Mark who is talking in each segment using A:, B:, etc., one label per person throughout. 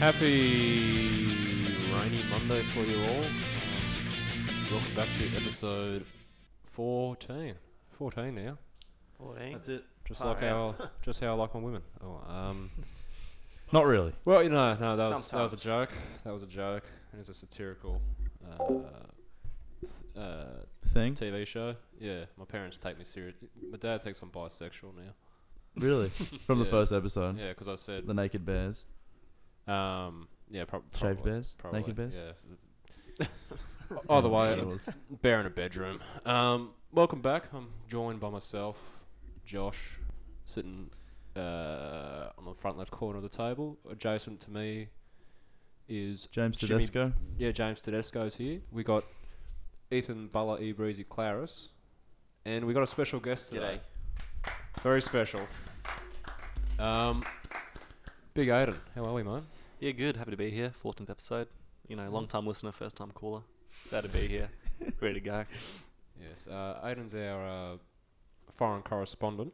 A: Happy rainy Monday for you all. Welcome back to episode 14. 14 now.
B: 14.
C: That's it.
A: Just
B: Far
A: like
B: out.
A: our, just how I like my women. Oh, um,
C: Not really.
A: well, you know, no, that was, that was a joke. That was a joke. And it's a satirical uh, uh,
C: Thing.
A: TV show. Yeah, my parents take me serious. My dad thinks I'm bisexual now.
C: Really? From
A: Yeah.
C: the first episode.
A: Yeah, because I said
C: The naked bears.
A: Um, yeah, prob-
C: Shaved
A: probably,
C: bears?
A: probably,
C: Naked bears?
A: Yeah. Either
C: It
A: Oh, way,
C: was.
A: bear in a bedroom. Um, welcome back. I'm joined by myself, Josh, sitting uh, on the front left corner of the table. Adjacent to me is
C: James
A: Jimmy-
C: Tedesco.
A: yeah James Tedesco's here. We got Ethan Buller, E Breezy Claris, and we got a special guest today. Very special. Um, Big Aiden, how are we, mate?
B: Yeah, good. Happy to be here. 14th episode. You know,
D: Mm.
B: long time listener, first time caller. Glad to be here. Ready to go.
A: Yes, uh, Aiden's our uh, foreign correspondent.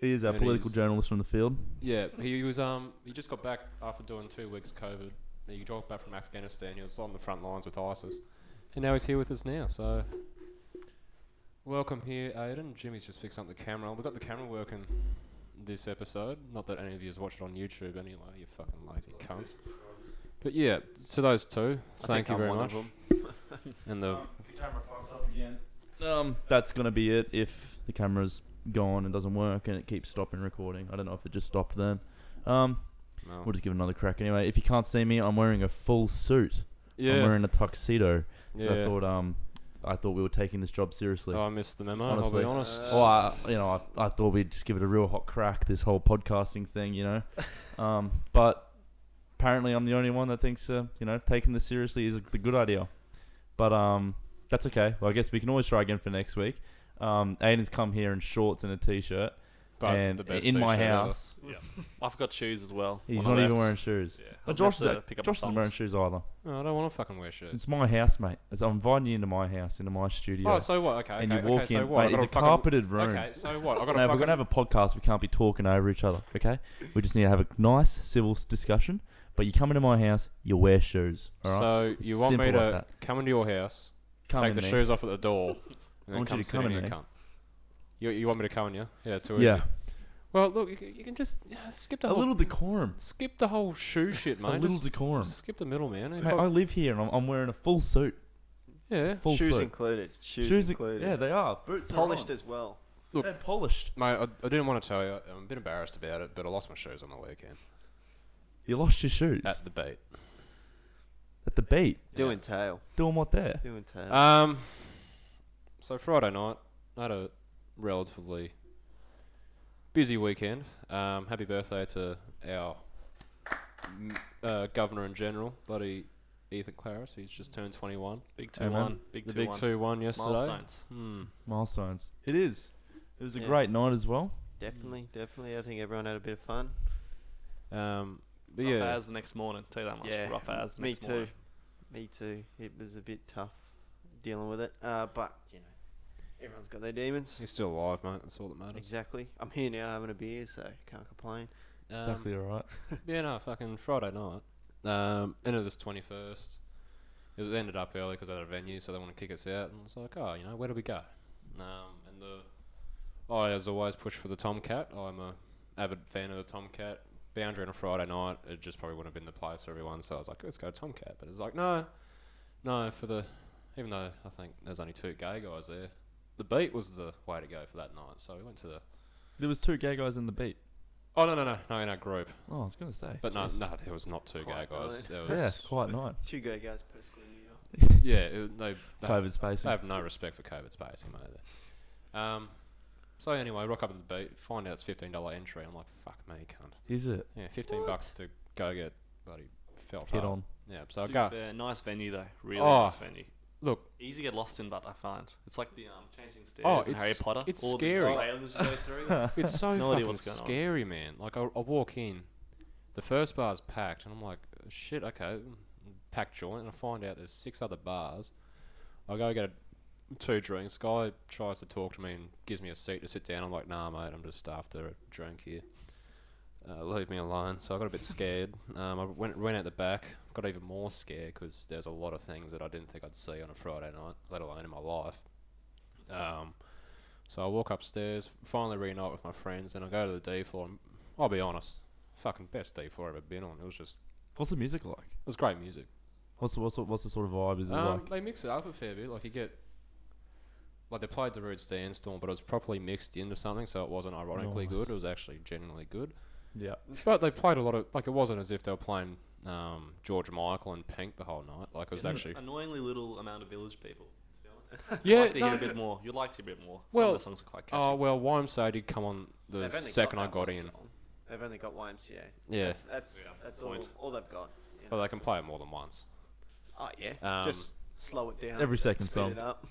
C: He is our
A: It
C: political
A: is.
C: journalist from the field.
A: Yeah, he was. Um, he just got back after doing two weeks COVID. He got back from Afghanistan. He was on the front lines with ISIS, and now he's here with us now. So, welcome here, Aiden. Jimmy's just fixing up the camera. We got the camera working this episode. Not that any of you has watched it on YouTube anyway. You fucking lazy cunts. But yeah, to those two,
B: I
A: thank
B: think
A: you
B: I'm
A: very
B: one
A: much.
B: of them.
A: And the
C: Um, that's gonna be it if the camera's gone and doesn't work and it keeps stopping recording. I don't know if it just stopped then. Um,
A: no.
C: we'll just give it another crack anyway. If you can't see me, I'm wearing a full suit. I'm
A: yeah,
C: wearing a tuxedo. So I
A: yeah.
C: thought um I thought we were taking this job seriously.
A: Oh, I missed the memo. I'll
C: Honestly.
A: be honest.
C: Oh, I, you know, I, I thought we'd just give it a real hot crack, this whole podcasting thing, you know. Um, but apparently, I'm the only one that thinks, uh, you know, taking this seriously is the good idea. But um, that's okay. Well, I guess we can always try again for next week. Um, Aiden's come here in shorts and a t-shirt,
A: But
C: and
A: the best
C: in my
A: t-shirt ever.
C: house,
B: I forgot shoes as well.
C: he's
B: When
C: not
B: I
C: even
B: left.
C: wearing shoes.
B: Yeah. I
C: But
B: was
C: Josh,
B: meant
C: is
B: to pick up my
C: Josh isn't wearing
B: thumbs.
C: shoes either.
A: No, Oh, I don't want to fucking wear shirts.
C: It's my house, mate. It's, I'm inviting you into my house, into my studio,
A: Oh, so what? Okay,
C: and
A: okay,
C: you walk
A: okay,
C: in.
A: so what? I
C: mate, it's a
A: gotta fucking-
C: carpeted room.
A: Okay, so what? I got to
C: No, if we're
A: fucking.
C: gonna have a podcast, we can't be talking over each other. Okay, we just need to have a nice civil s- discussion. But you come into my house, you wear shoes. All right,
A: So you want me to
C: simple like
A: come into your house,
C: come
A: take
C: in
A: the
C: there.
A: shoes off at the door, and then
C: want you
A: come
C: to
A: sit
C: come
A: in
C: in
A: here
C: there.
A: cunt. You, you want me to come in, yeah? Yeah, too easy.
C: Yeah,
A: Well, look, you, can- you can just yeah, skip the
C: a
A: whole
C: little decorum.
A: skip the whole shoe shit, mate.
C: a little
A: just,
C: decorum.
A: just skip the middle, man. If
C: Mate, I
A: I-
C: live here and I'm, I'm wearing a full suit.
A: yeah,
C: Full
D: shoes
C: suit.
D: included. Shoes,
C: in-
D: included.
C: Yeah, they are. Boots
D: polished
C: Are
D: as well.
C: on.
A: Look.
C: They're polished.
A: mate. I, I didn't want to tell you. I'm a bit embarrassed about it, but I lost my shoes on the weekend
C: You lost your shoes at,
A: at the beat.
C: the beat.
D: Do entail.
C: Doing what there?
D: Do
B: Uh,
D: entail.
A: Um, so Friday night, I had a relatively busy weekend. Um, happy birthday to our m- uh, governor and general, buddy Ethan Claris. He's just turned 21.
B: Big
C: Hey,
B: 2
C: man.
B: 1. Big
A: the
B: 2
A: big
B: 1.
A: 2 1 yesterday.
B: Milestones.
A: Hmm.
C: Milestones. It is. It was a
D: Yeah.
C: great night as well.
D: definitely, definitely. I think everyone had a bit of fun.
A: Um, but
B: Rough
A: yeah,
B: as the next morning. Tell you that much.
D: Yeah,
B: Rough as the
D: Me
B: next
D: too.
B: morning.
D: Me too. It was a bit tough dealing with it. Uh, but you know, everyone's got their demons.
A: he's still alive, mate. That's all that matters.
D: Exactly. I'm here now having a beer, so can't complain.
A: Um,
C: exactly right.
A: Yeah, no, fucking Friday night. Um, ended this 21st. It ended up early because I had a venue, so they want to kick us out. And it's like, oh, you know, where do we go? Um, and the I, as always, push for the Tomcat. I'm a avid fan of the Tomcat. Boundary on a Friday night, it just probably wouldn't have been the place for everyone. So I was like, let's go Tomcat. But it's like, no, no, for the even though I think there's only two gay guys there, the beat was the way to go for that night. So we went to the
C: There was two gay guys in the beat.
A: oh no no no no in our group,
C: Oh, I was gonna say.
A: but no
C: Jeez.
A: no there was not two gay
D: Quite
A: guys.
D: right.
A: There was
C: Yeah, quite nice.
D: Two go guys per square meter.
A: Yeah, it, they, they,
C: COVID spacing.
A: they have no respect for COVID spacing, mate. there. Um, so anyway, rock up at the beat, find out it's fifteen dollar entry. I'm like, fuck me, cunt.
C: Is it
A: Yeah, fifteen bucks to go get bloody felt
C: hit
A: up.
C: on?
A: Yeah, so I
B: To be
A: go.
B: fair, nice venue, though. Really
A: Oh.
B: nice venue.
A: Look,
B: Easy to get lost in, but I find it's like the um, changing stairs
A: Oh,
B: in
A: it's-
B: Harry Potter.
A: it's
B: All
A: scary.
B: The islands you go through.
A: it's so
B: No
A: fucking
B: idea what's going on.
A: scary, man. Like I, I walk in, the first bar's packed, and I'm like, shit, okay, packed joint, and I find out there's six other bars. I go get a, two drinks. Guy tries to talk to me and gives me a seat to sit down. I'm like, nah, mate, I'm just after a drink here. uh, leave me alone. So I got a bit scared. Um, I went went out the back, got even more scared because there's a lot of things that I didn't think I'd see on a Friday night, let alone in my life. Um, so I walk upstairs, finally reunite with my friends, and I go to the D floor. And I'll be honest, fucking best D floor I've ever been on. It was just
C: What's the music like?
A: it was great music.
C: What's the, what's the, what's the sort of vibe? Is it
A: Um,
C: like?
A: they mix it up a fair bit. Like you get, like they played the Red Sandstorm, but it was properly mixed into something, so it wasn't ironically
C: Nice.
A: good. It was actually genuinely good.
C: Yeah.
A: But they played a lot of like it wasn't as if they were playing um, George Michael and Pink the whole night. Like it was
B: It's an
A: actually
B: annoyingly little amount of village people. to be honest. I'd
A: Yeah,
B: like to hear
A: no.
B: a bit more. You'd like to hear a bit more.
A: Well,
B: Some of the songs are quite catchy.
A: oh well, YMCA did come on the
D: They've only
A: second I
D: that
A: got
D: one
A: in,
D: song. They've only got YMCA.
A: Yeah.
D: That's that's,
B: Yeah,
D: that's all,
B: point.
D: all they've got. you
A: but
D: know.
A: they can play it more than once.
D: oh yeah.
A: Um,
D: Just slow it down.
C: Every second
D: speed
C: song.
D: It up.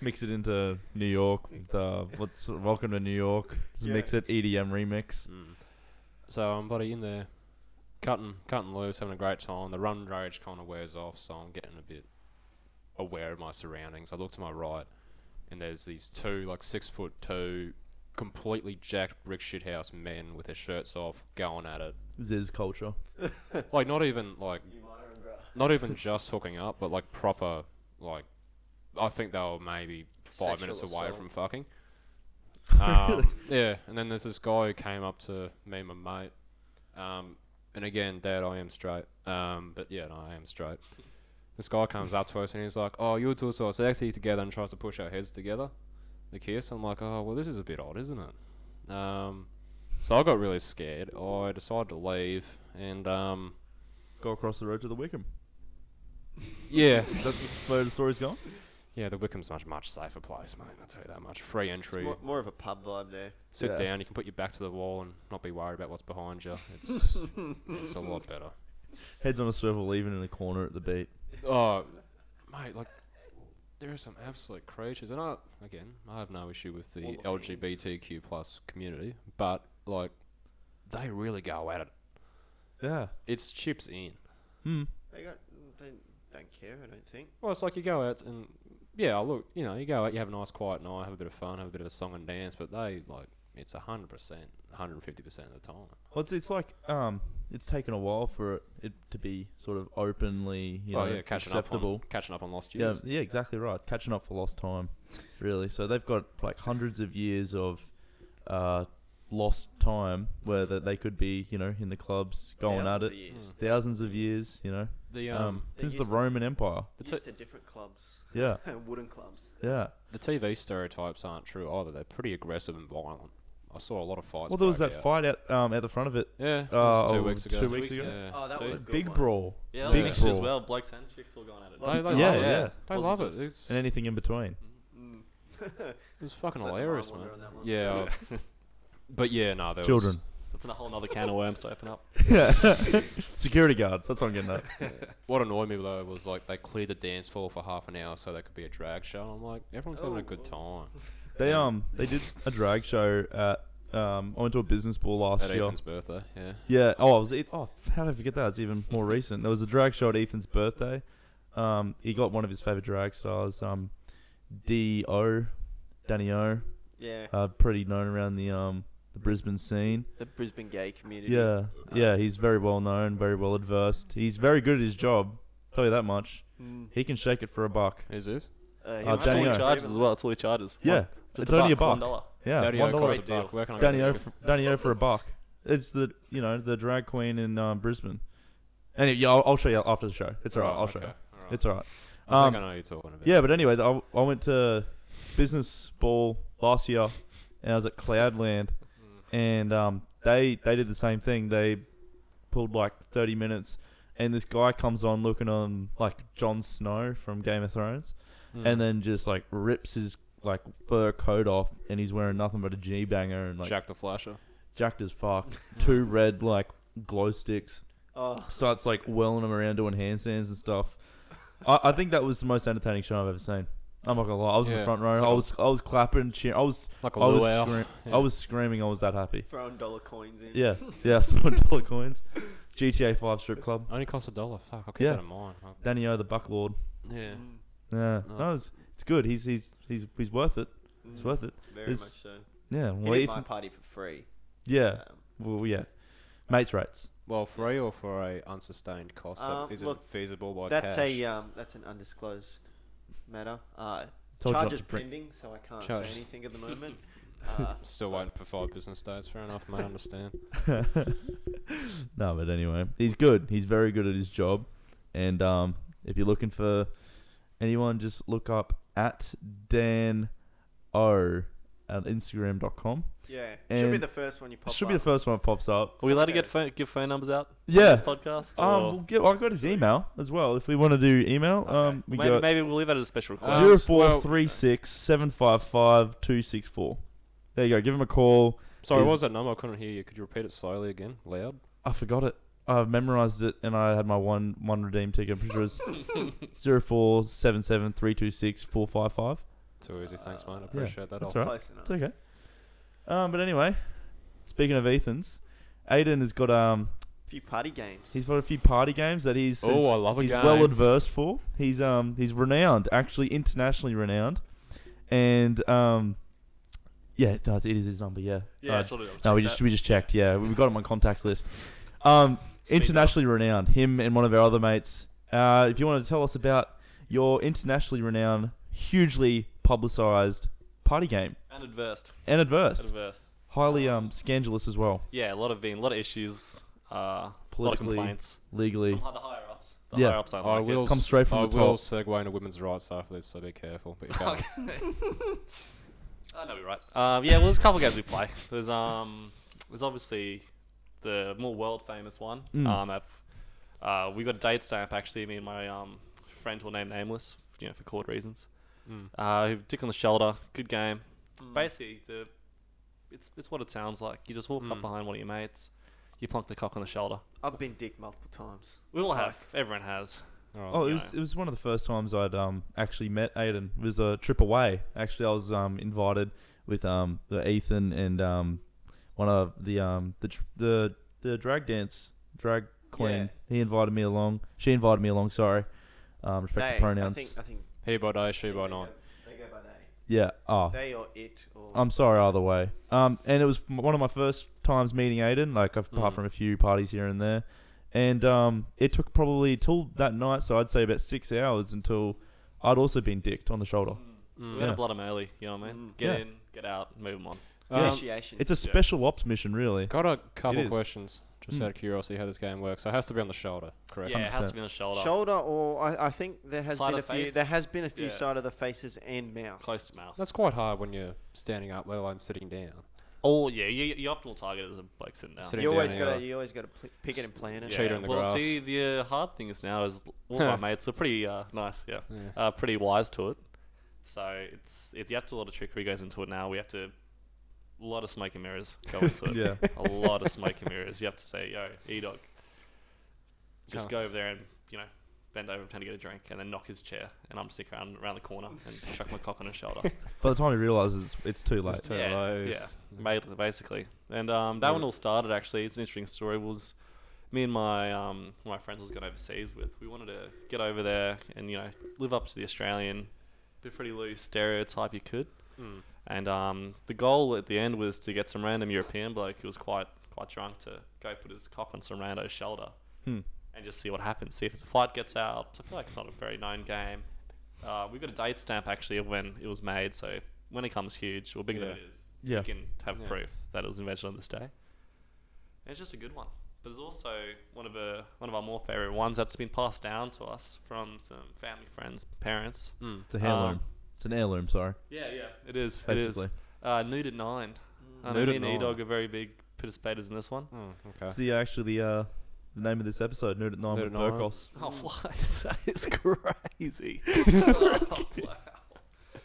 C: Mix it into New York with uh, what's Welcome to New York. Just
D: Yeah.
C: mix it EDM remix.
A: Mm. So I'm buddy in there, cutting cutting loose, having a great time. The run rage kind of wears off, so I'm getting a bit aware of my surroundings. I look to my right, and there's these two like six foot two, completely jacked brick shit house men with their shirts off, going at it.
C: Ziz culture.
A: Like not even like
D: You might remember.
A: not even just hooking up, but like proper like. I think they were maybe five
D: Sexual
A: minutes away
D: assault.
A: from fucking. Um, Yeah, and then there's this guy who came up to me and my mate, um, and again, Dad, I am straight, um, but yeah, no, I am straight. This guy comes up to us and he's like, "Oh, you two are so sexy together," and tries to push our heads together. The kiss. I'm like, "Oh, well, this is a bit odd, isn't it?" Um, so I got really scared. I decided to leave, and um,
C: Go across the road to the Wickham.
A: yeah,
C: Is that where the story's gone?
A: Yeah, the Wickham's much much safer place, mate. I'll tell you that much. Free entry.
D: More, more of a pub vibe there.
A: Sit
C: Yeah.
A: down. You can put your back to the wall and not be worried about what's behind you. It's it's a lot better.
C: Heads on a swivel, even in a corner at the beat.
A: Oh, mate, like there are some absolute creatures, and I again, I have no issue with
D: All
A: the
D: the fans.
A: LGBTQ plus community, but like they really go at it.
C: Yeah.
A: It's chips in.
C: Hmm.
D: They got they don't care. I don't think.
A: Well, it's like you go out and yeah, look, you know, you go out, you have a nice quiet night, have a bit of fun, have a bit of a song and dance, but they like it's hundred percent, hundred fifty percent of the time.
C: Well, it's, it's like um, it's taken a while for it, it to be sort of openly, you
A: oh
C: know,
A: yeah, catching
C: acceptable.
A: up on catching up on lost
C: yeah,
A: years.
C: yeah, exactly right. Catching up for lost time, really. So they've got like hundreds of years of uh, lost time where that they could be, you know, in the clubs going
D: Thousands
C: at
D: of
C: it, Hmm.
D: years.
C: thousands of years, you know,
A: The
C: um,
A: um,
D: They
C: since the
D: used to-
C: Roman Empire.
A: The
D: Used
A: t-
D: to different clubs.
C: Yeah,
D: Wooden clubs.
C: yeah.
A: the TV stereotypes aren't true either. They're pretty aggressive and violent. I saw a lot of fights.
C: well, there was
A: broke
C: that
A: out.
C: fight out um, at the front of it.
A: Yeah, it
C: Uh,
A: was
C: oh,
A: two weeks ago.
C: two weeks ago?
A: Yeah.
D: Oh, that
A: So
D: was
A: it-
D: a good
C: Big
D: one.
C: brawl.
B: yeah,
A: Big
B: like as
C: brawl.
B: well. Blokes and chicks all going at it.
D: Like-
A: They, they
C: Yeah,
A: love it.
C: yeah.
A: They
B: Wasn't
A: love it.
B: just-
A: It's,
C: And anything in between.
D: Mm.
A: it was fucking
D: Let the mind
A: hilarious, man.
D: wander on that one.
A: Yeah. uh, but yeah, no, there was.
C: Children.
B: That's a whole other can of worms to open up.
C: Yeah. Security guards. That's what I'm getting at.
A: What annoyed me though was like they cleared the dance floor for half an hour so there could be a drag show. I'm like, everyone's having a
D: Oh,
A: good time
C: They um they did a drag show at um I went to a business ball last
A: at
C: year.
A: Ethan's birthday. Yeah.
C: Yeah. Oh, I was Eth- oh how did I forget that? It's even more recent. There was a drag show at Ethan's birthday. Um, he got one of his favorite drag stars, um, D O, Danny O,
D: Yeah.
C: uh, pretty known around the um the Brisbane scene.
D: The Brisbane gay community.
C: Yeah, yeah, he's very well known, very well adversed. He's very good at his job. Tell you that much.
A: Hmm.
D: Mm.
C: He can shake it for a buck.
A: Who's this?
D: Uh, he
C: Uh,
D: was
B: That's all
C: Danny
B: he
C: O.
B: charges as well. That's all he charges.
C: Yeah,
B: Like, just
C: it's only a
B: One
C: buck.
B: dollar.
C: yeah,
A: Daddy
C: one
A: O
C: dollar.
A: costs a
B: Great deal.
A: buck. Where can I
C: Danny O,
A: get this?
C: for, Danny O for a buck. It's the you know the drag queen in um, Brisbane. Anyway, yeah, I'll, I'll show you after the show. It's alright.
A: Oh,
C: I'll show you. It's alright.
A: I
C: Um,
A: think I know who you're talking about.
C: yeah, but anyway, I, I went to business ball last year, and I was at Cloudland,
A: Mm.
C: and um, they they did the same thing. They pulled like thirty minutes, and this guy comes on looking on like Jon Snow from Game of Thrones,
A: Mm.
C: and then just like rips his like fur coat off, and he's wearing nothing but a G banger and like
A: Jack the Flasher.
C: jacked as fuck. Two red like glow sticks.
D: Oh,
C: Starts like whirling them around doing handstands and stuff. I, I think that was the most entertaining show I've ever seen. I'm not gonna lie. I was in
A: Yeah.
C: the front row.
A: So-
C: I was I was clapping, cheering. I was
A: Like
C: I
A: a
C: was
A: luau.
C: scream-
A: Yeah.
C: I was screaming. I was that happy.
D: throwing dollar coins in.
C: Yeah, yeah. I saw dollar coins. GTA Five strip club.
A: Only costs a dollar. Fuck, I'll keep
C: Yeah.
A: that in mind. I'll-
C: Danny O the Buck Lord.
A: yeah.
D: Mm.
C: Yeah,
A: Nice.
C: no, it's it's good. He's he's he's he's worth it. He's
D: Mm.
C: worth it.
D: Very
C: It's-
D: much so.
C: Yeah,
D: He
C: well,
D: did my
C: Ethan,
D: party for free.
C: yeah,
D: Um,
C: well, yeah. Mates rates.
A: Well, free or for a unsustained cost
D: Uh,
A: that isn't
D: look,
A: feasible by
D: that's
A: cash.
D: a um, that's an undisclosed matter. Uh,
C: Told you not
D: charge is
C: to bring-
D: pending, so I can't
A: Charges.
D: say anything at the moment. Uh,
A: Still waiting for five business days. Fair enough, mate. Understand.
C: no, but anyway, he's good. He's very good at his job. And um, if you're looking for anyone, just look up at Dan O at Instagram.com.
D: yeah, should be
C: And
D: the first one you pop
C: Should be the
D: up.
C: first one that pops up.
B: Are we allowed to
D: Okay.
B: get phone, give phone numbers out?
C: Yeah.
B: On this podcast.
C: Um,
B: or-
C: we'll get, well, I've got his email as well. If we want to do email,
B: Okay.
C: um, we
B: maybe,
C: got
B: maybe we'll leave that as a special
A: Um,
B: request.
C: zero
A: well-
C: four three six seven five five two six four. There you go. Give him a call.
A: Sorry, what
C: Is-
A: was that number? I couldn't hear you. Could you repeat it slowly again, loud?
C: I forgot it. I've memorized it, and I had my one one redeem ticket. I'm pretty sure it's zero four seven seven three two six four five five.
A: Too easy. Thanks, mate. I
D: Uh,
A: appreciate that.
C: that's
A: I'll-
C: alright.
D: Close enough.
C: It's okay. Um, but anyway, speaking of Ethan's, Aiden has got um
D: A few party games.
C: he's got a few party games that he's
A: Oh, I love a
C: he's
A: game.
C: well adverse for. He's um he's renowned, actually internationally renowned, and um yeah, no, it is his number. Yeah,
B: Yeah,
C: Uh,
B: sure, I'll check
C: no, we
B: that.
C: just we just checked. Yeah, we got him on contacts list. Um,
B: Speak up.
C: internationally renowned. Him and one of our other mates. Uh, if you want to tell us about your internationally renowned, hugely publicized party game
B: and adversed.
C: and
B: And
C: adverse,
B: adversed.
C: highly um scandalous as well,
B: Yeah, a lot of being, a lot of issues, uh, a lot of
C: Politically.
B: complaints
C: legally.
B: from hi- the higher ups. The
C: Yeah.
B: higher ups don't
A: I
B: like
A: will
B: it.
C: Come
A: s-
C: straight from
A: I
C: the
A: will
C: top.
A: segue into women's rights after this, so be careful. But you can't.
B: Okay. I know you're right. Um, yeah, well, there's a couple games we play. There's um, there's obviously the more world famous one.
C: Mm.
B: Um, that, uh, we got a date stamp actually. Me and my um friend will name nameless, you know, for court reasons.
A: Mm.
B: Uh, who dick on the shoulder. Good game.
D: Mm.
B: Basically, the it's it's what it sounds like. You just walk up
A: Mm.
B: behind one of your mates, you plonk the cock on the shoulder.
D: I've been dick multiple times.
B: We all have. Everyone has.
A: Alright.
C: Oh, it
B: Yeah.
C: was it was one of the first times I'd um actually met Aiden. It was a trip away. Actually, I was um invited with um the Ethan and um one of the um the tr- the the drag dance drag queen. He invited me along. She invited me along. Sorry, um respect
D: They,
C: the pronouns.
D: I think. uh, I think.
A: He by day, she
D: I think
A: by
D: they go-
A: night.
D: They go by they.
C: yeah. Oh,
D: They or it or.
C: I'm sorry either way. Um, and it was m- one of my first times meeting Aiden, like apart
B: Hmm.
A: Mm.
C: from a few parties here and there. And um, it took probably till that night, so I'd say about six hours until I'd also been dicked on the shoulder.
B: We
A: Mm.
B: gotta
C: Yeah.
B: blood 'em early. You know what I mean?
D: Mm.
B: Get
C: Yeah.
B: in, get out, move 'em on.
A: Um,
D: Initiation.
C: It's a special ops mission, really.
A: got a
C: It
A: couple
C: is.
A: questions, just
C: Mm.
A: out of curiosity, how this game works. So it has to be on the shoulder, correct?
B: Yeah, it has
C: 100%.
B: to be on the shoulder.
D: shoulder or I, I think there has
B: Side
D: been a
B: of
D: few.
B: face?
D: There has been a few
B: Yeah.
D: side of the faces and mouth.
B: Close to mouth.
A: That's quite hard when you're standing up, let alone sitting down.
B: Oh yeah, your, your optimal target is a bloke sitting down.
A: Sitting
D: You always
A: down,
D: got to.
A: yeah.
D: You always got to pl- pick it and plan it.
A: Yeah. Cheetah in the
B: well,
A: grass.
B: see, the uh, hard thing is now is all my mates are pretty uh, nice. Yeah,
A: Yeah.
B: uh, pretty wise to it. So it's it's you have to a lot of trickery goes into it now. We have to a lot of smoke and mirrors go into it.
C: Yeah.
B: a lot of smoke and mirrors. You have to say, yo, E dog, just
A: Huh.
B: go over there and you know bend over and pretend to get a drink, and then knock his chair, and I'm sick around around the corner and chuck my cock on his shoulder.
C: By the time he realizes it's, it's too late.
A: It's too
B: yeah,
A: late.
B: yeah, made- basically. And um, that one all started actually. It's an interesting story. Was me and my um, my friends was going overseas with. We wanted to get over there and you know live up to the Australian, the pretty loose stereotype you could.
A: Mm.
B: And um, the goal at the end was to get some random European bloke who was quite quite drunk to go put his cock on some rando's shoulder
C: Hmm.
B: and just see what happens. See if it's a fight gets out. I feel like it's not a very known game. Uh, we got a date stamp actually of when it was made, so if- when it comes huge or bigger than
A: Yeah.
B: it is,
C: Yeah.
B: you can have
A: Yeah.
B: proof that it was invented on this day. And it's just a good one. But there's also one of a, one of our more favorite ones that's been passed down to us from some family, friends, parents.
A: Mm.
C: It's a heirloom.
B: Um,
C: it's an heirloom, sorry.
B: Yeah, yeah, it is.
C: Basically.
B: It is. Uh, nude at nine. I know
A: Nude
B: me
A: at
B: and E Dog
A: Nine.
B: are very big participators in this one.
A: Mm,
C: It's
A: okay.
C: the actually the uh the name of this episode, Nude at Nine
A: Nude
C: with
A: at Nine.
C: Burkos.
B: Oh, what? That is crazy. oh, wow.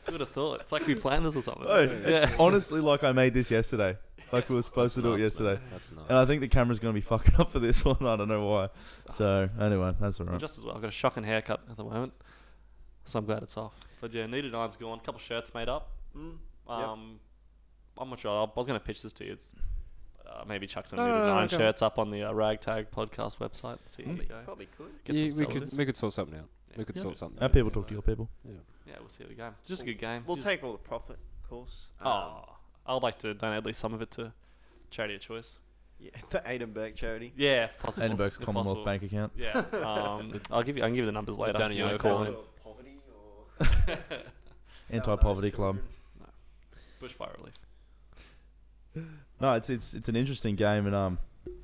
B: Who would have thought? It's like we planned this or something.
C: Oh, it's honestly like I made this yesterday. Like we were supposed to do it
B: That's nuts, man.
C: yesterday.
A: That's nice.
C: And I think the camera's gonna be fucking up for this one. I don't know why. So anyway, that's
B: I'm
C: alright.
B: Just as well. I've got a shocking haircut at the moment, so I'm glad it's off. But yeah, Needed Nine's gone. A couple shirts made up.
D: Mm. Yep.
B: Um, I'm not sure. I was going to pitch this to you. It's, uh, maybe chuck some
A: No, no,
B: Needed
A: no, no,
B: Nine
A: go.
B: shirts up on the uh, Ragtag podcast website. See how
C: Mm.
B: they go.
D: Probably could.
B: Get
A: Yeah,
B: some
A: we could
B: sellers.
A: we could sort something out.
B: Yeah.
A: We could
B: Yeah.
A: sort something.
C: Our
A: out,
C: people
A: yeah,
C: talk to
A: mate.
C: your people.
B: Yeah, we'll see how we go. It's just a good game.
D: We'll
B: Just-
D: take all the profit, of course. Um,
B: Oh, I'd like to donate at least some of it to charity of choice.
D: Yeah, the Edinburgh charity.
B: Yeah, if possible.
C: Edinburgh's
B: if
C: Commonwealth
B: possible.
C: Bank account.
B: Yeah, um, I'll give you. I can give you the numbers later.
A: Danny
B: if you wanna
A: Oak
B: call
A: one.
B: in.
D: Poverty or
C: Anti poverty club.
B: Bushfire relief.
C: No, it's it's it's an interesting game, and um,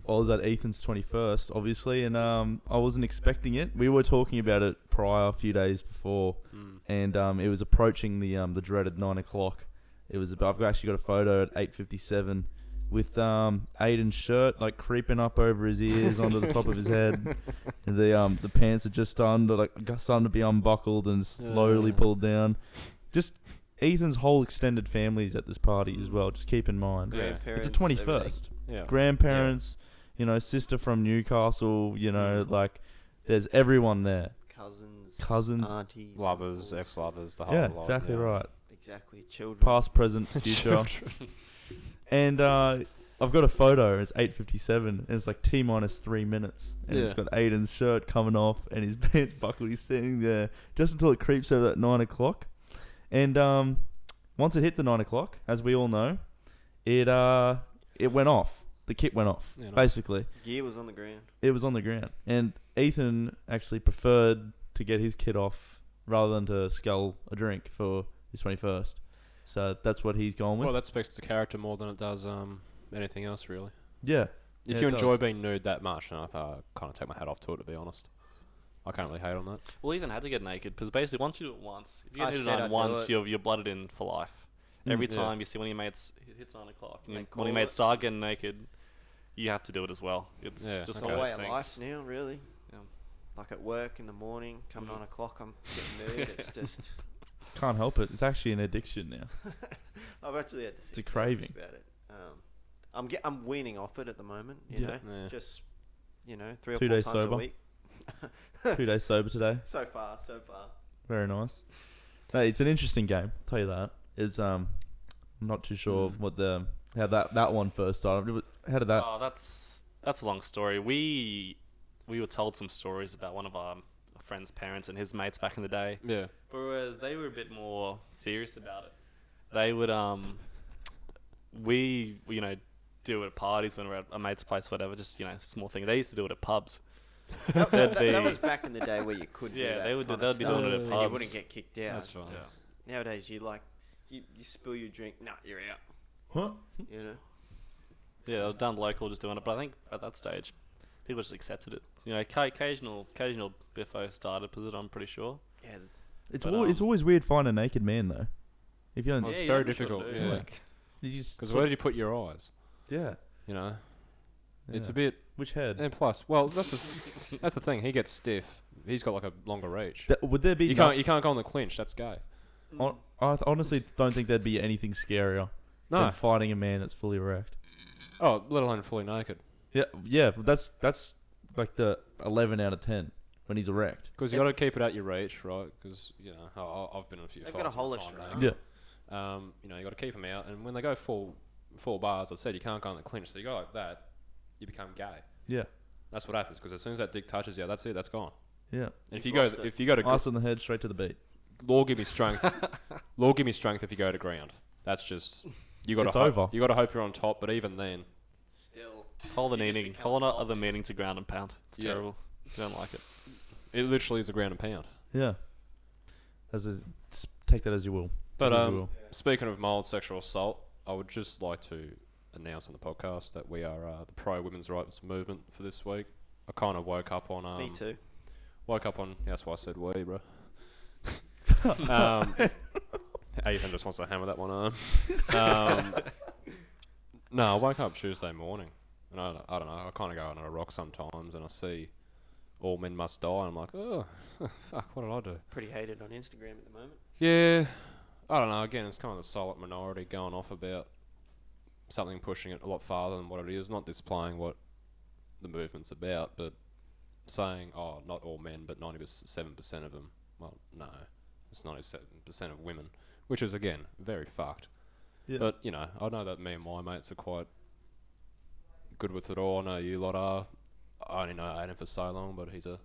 C: I was at Ethan's twenty first, obviously, and um, I wasn't expecting it. We were talking about it prior, a few days before,
A: Mm.
C: and um, it was approaching the um the dreaded nine o'clock. It was about. I've actually got a photo at eight fifty seven, with um Aiden's shirt like creeping up over his ears onto the top of his head. And the um the pants are just starting to like got- starting to be unbuckled and slowly
A: Yeah.
C: pulled down. Just Ethan's whole extended family is at this party as well. Just keep in mind.
A: Yeah.
C: It's
D: Grandparents,
C: a
D: everything.
C: twenty first.
A: Yeah. Mm.
C: Grandparents, you know, sister from Newcastle, you know, like there's everyone there.
D: Cousins.
C: Cousins.
D: Aunties.
A: Lovers,
D: uncles.
A: ex lovers, the whole
C: yeah,
A: lot.
C: exactly
A: yeah.
C: right.
D: Exactly. Children.
C: Past, present, future. and uh I've got a photo. It's eight fifty-seven, and it's like t minus three minutes, and it's
B: Yeah.
C: got Aiden's shirt coming off and his pants buckled. He's sitting there just until it creeps over that nine o'clock, and um, once it hit the nine o'clock, as we all know, it uh it went off. The kit went off.
A: Yeah, nice.
C: Basically,
D: Gear was on the ground.
C: it was on the ground, and Ethan actually preferred to get his kit off rather than to scull a drink for his twenty-first. So that's what he's gone with.
A: Well, that speaks to character more than it does um, anything else, really.
C: yeah.
A: If
C: Yeah,
A: you
C: it does.
A: enjoy being nude that much, and I, thought I kind of take my hat off to it, to be honest. I can't really hate on that.
B: Well, even had to get naked because basically once you do it once, if you
D: I
B: get hit
D: said I'd
B: on
D: do
B: once,
D: it.
B: you're you're blooded in for life.
C: Mm,
B: Every
A: yeah.
B: time you see one of your mates, it hits nine o'clock, and
D: They
B: you- one of
D: call
B: your mates
D: it.
B: start getting naked, you have to do it as well. It's
A: Yeah,
B: just
D: It's
B: one of
D: my
A: okay.
D: way
B: those
D: of
B: things.
D: life now, really.
B: Yeah.
D: Like at work in the morning, come nine o'clock, I'm getting nude. It's just.
C: Can't help it. It's actually an addiction now.
D: I've actually had to see
C: a craving.
D: about it. Um, I'm get, I'm weaning off it at the moment. You
C: Yeah.
D: know,
A: Yeah.
D: just you know, three or
C: Two
D: four
C: days
D: times
C: sober.
D: a week.
C: Two days sober today.
D: So far, so far.
C: Very nice. No, it's an interesting game. I'll tell you that. It's um, I'm not too sure
A: Mm.
C: what the how that that one first started. How did that?
B: oh, that's that's a long story. We we were told some stories about one of our friend's parents and his mates back in the day.
A: Yeah.
B: Whereas they were a bit more serious about it. They would, um, we, you know, do it at parties when we're at a mate's place, whatever, just, you know, small thing. They used to do it at pubs.
D: that, that-
B: That'd
D: that
B: be-
D: was back in the day where you could.
B: Yeah,
D: do that
B: they would-
D: kind
B: they'd
D: of
B: be
D: stuff,
A: doing it at
D: And you
B: pubs.
D: wouldn't get kicked out.
A: That's
C: Oh.
A: fine.
D: Nowadays, you like you, you spill your drink, nah, you're out.
C: Huh?
D: You know.
B: Yeah, they were done local, just doing it. But I think at that stage, people just accepted it. You know, ca- occasional, occasional biffo started, because I'm pretty sure.
D: Yeah.
C: It's
B: But,
C: al- it's
B: um,
C: always weird finding a naked man though. If you don't,
A: It's
B: Yeah, you
A: very
B: don't know what to
A: difficult.
B: do.
A: Yeah.
C: Like- you just
A: Because where did you put your eyes?
C: yeah,
A: You know, it's
C: yeah.
A: a bit.
C: which head.
A: And plus, well, that's the, that's the thing. He gets stiff. He's got like a longer reach.
C: Th- would there be?
A: You
C: no-
A: can't you can't go on the clinch. That's gay.
C: hon- I th- honestly don't think there'd be anything scarier than
A: No.
C: fighting a man that's fully erect.
A: Oh, let alone fully naked.
C: Yeah, yeah. That's that's like the eleven out of ten when he's erect.
A: Because you got to keep it out your reach, right? Because you know, oh, I- I've been in a few
D: They've got
A: fights.
D: a
A: in my
D: hole
A: time
D: extra,
A: now.
D: right?
C: Yeah.
A: um, you know, you got to keep them out. And when they go full full bars, I said you can't go on the clinch. So you go like that, you become gay.
C: Yeah.
A: That's what happens. Because as soon as that dick touches you, that's it. That's gone.
C: Yeah.
A: And if you
D: You've
A: go,
D: lost it.
A: if you go to, gr-
C: Ice on the head, straight to the beat.
A: law give me strength. law give me strength if you go to ground. That's just you got to
C: It's
A: hope.
C: over.
A: You got to hope you're on top. But even then,
D: Still.
B: Whole the
D: You just
B: meaning,
D: become
B: whole
D: top.
B: other meaning to ground and pound. It's
A: Yeah.
B: terrible. I don't like it.
A: it literally is a ground and pound.
C: Yeah. As a s- take that as you will.
A: But
C: Take it as you
A: um,
C: will.
A: speaking of mild sexual assault, I would just like to announce on the podcast that we are uh, the pro women's rights movement for this week. I kind of woke up on um,
D: Me too.
A: woke up on. That's why I said we, bro. um, Ethan just wants to hammer that one on. Um, no, I woke up Tuesday morning, and I, don't- I don't know. I kind of go on a rock sometimes, and I see all men must die, and I'm like, oh, fuck, what did I do?
D: Pretty hated on Instagram at the moment.
A: Yeah, I don't know. Again, it's kind of the silent minority going off about something pushing it a lot farther than what it is, not displaying what the movement's about, but saying, oh, not all men, but 97% of them. Well, no, it's 97% of women, which is, again, very fucked.
C: Yeah.
A: But, you know, I know that me and my mates are quite good with it all. I know you lot are. I only know Aiden for so long, but he's a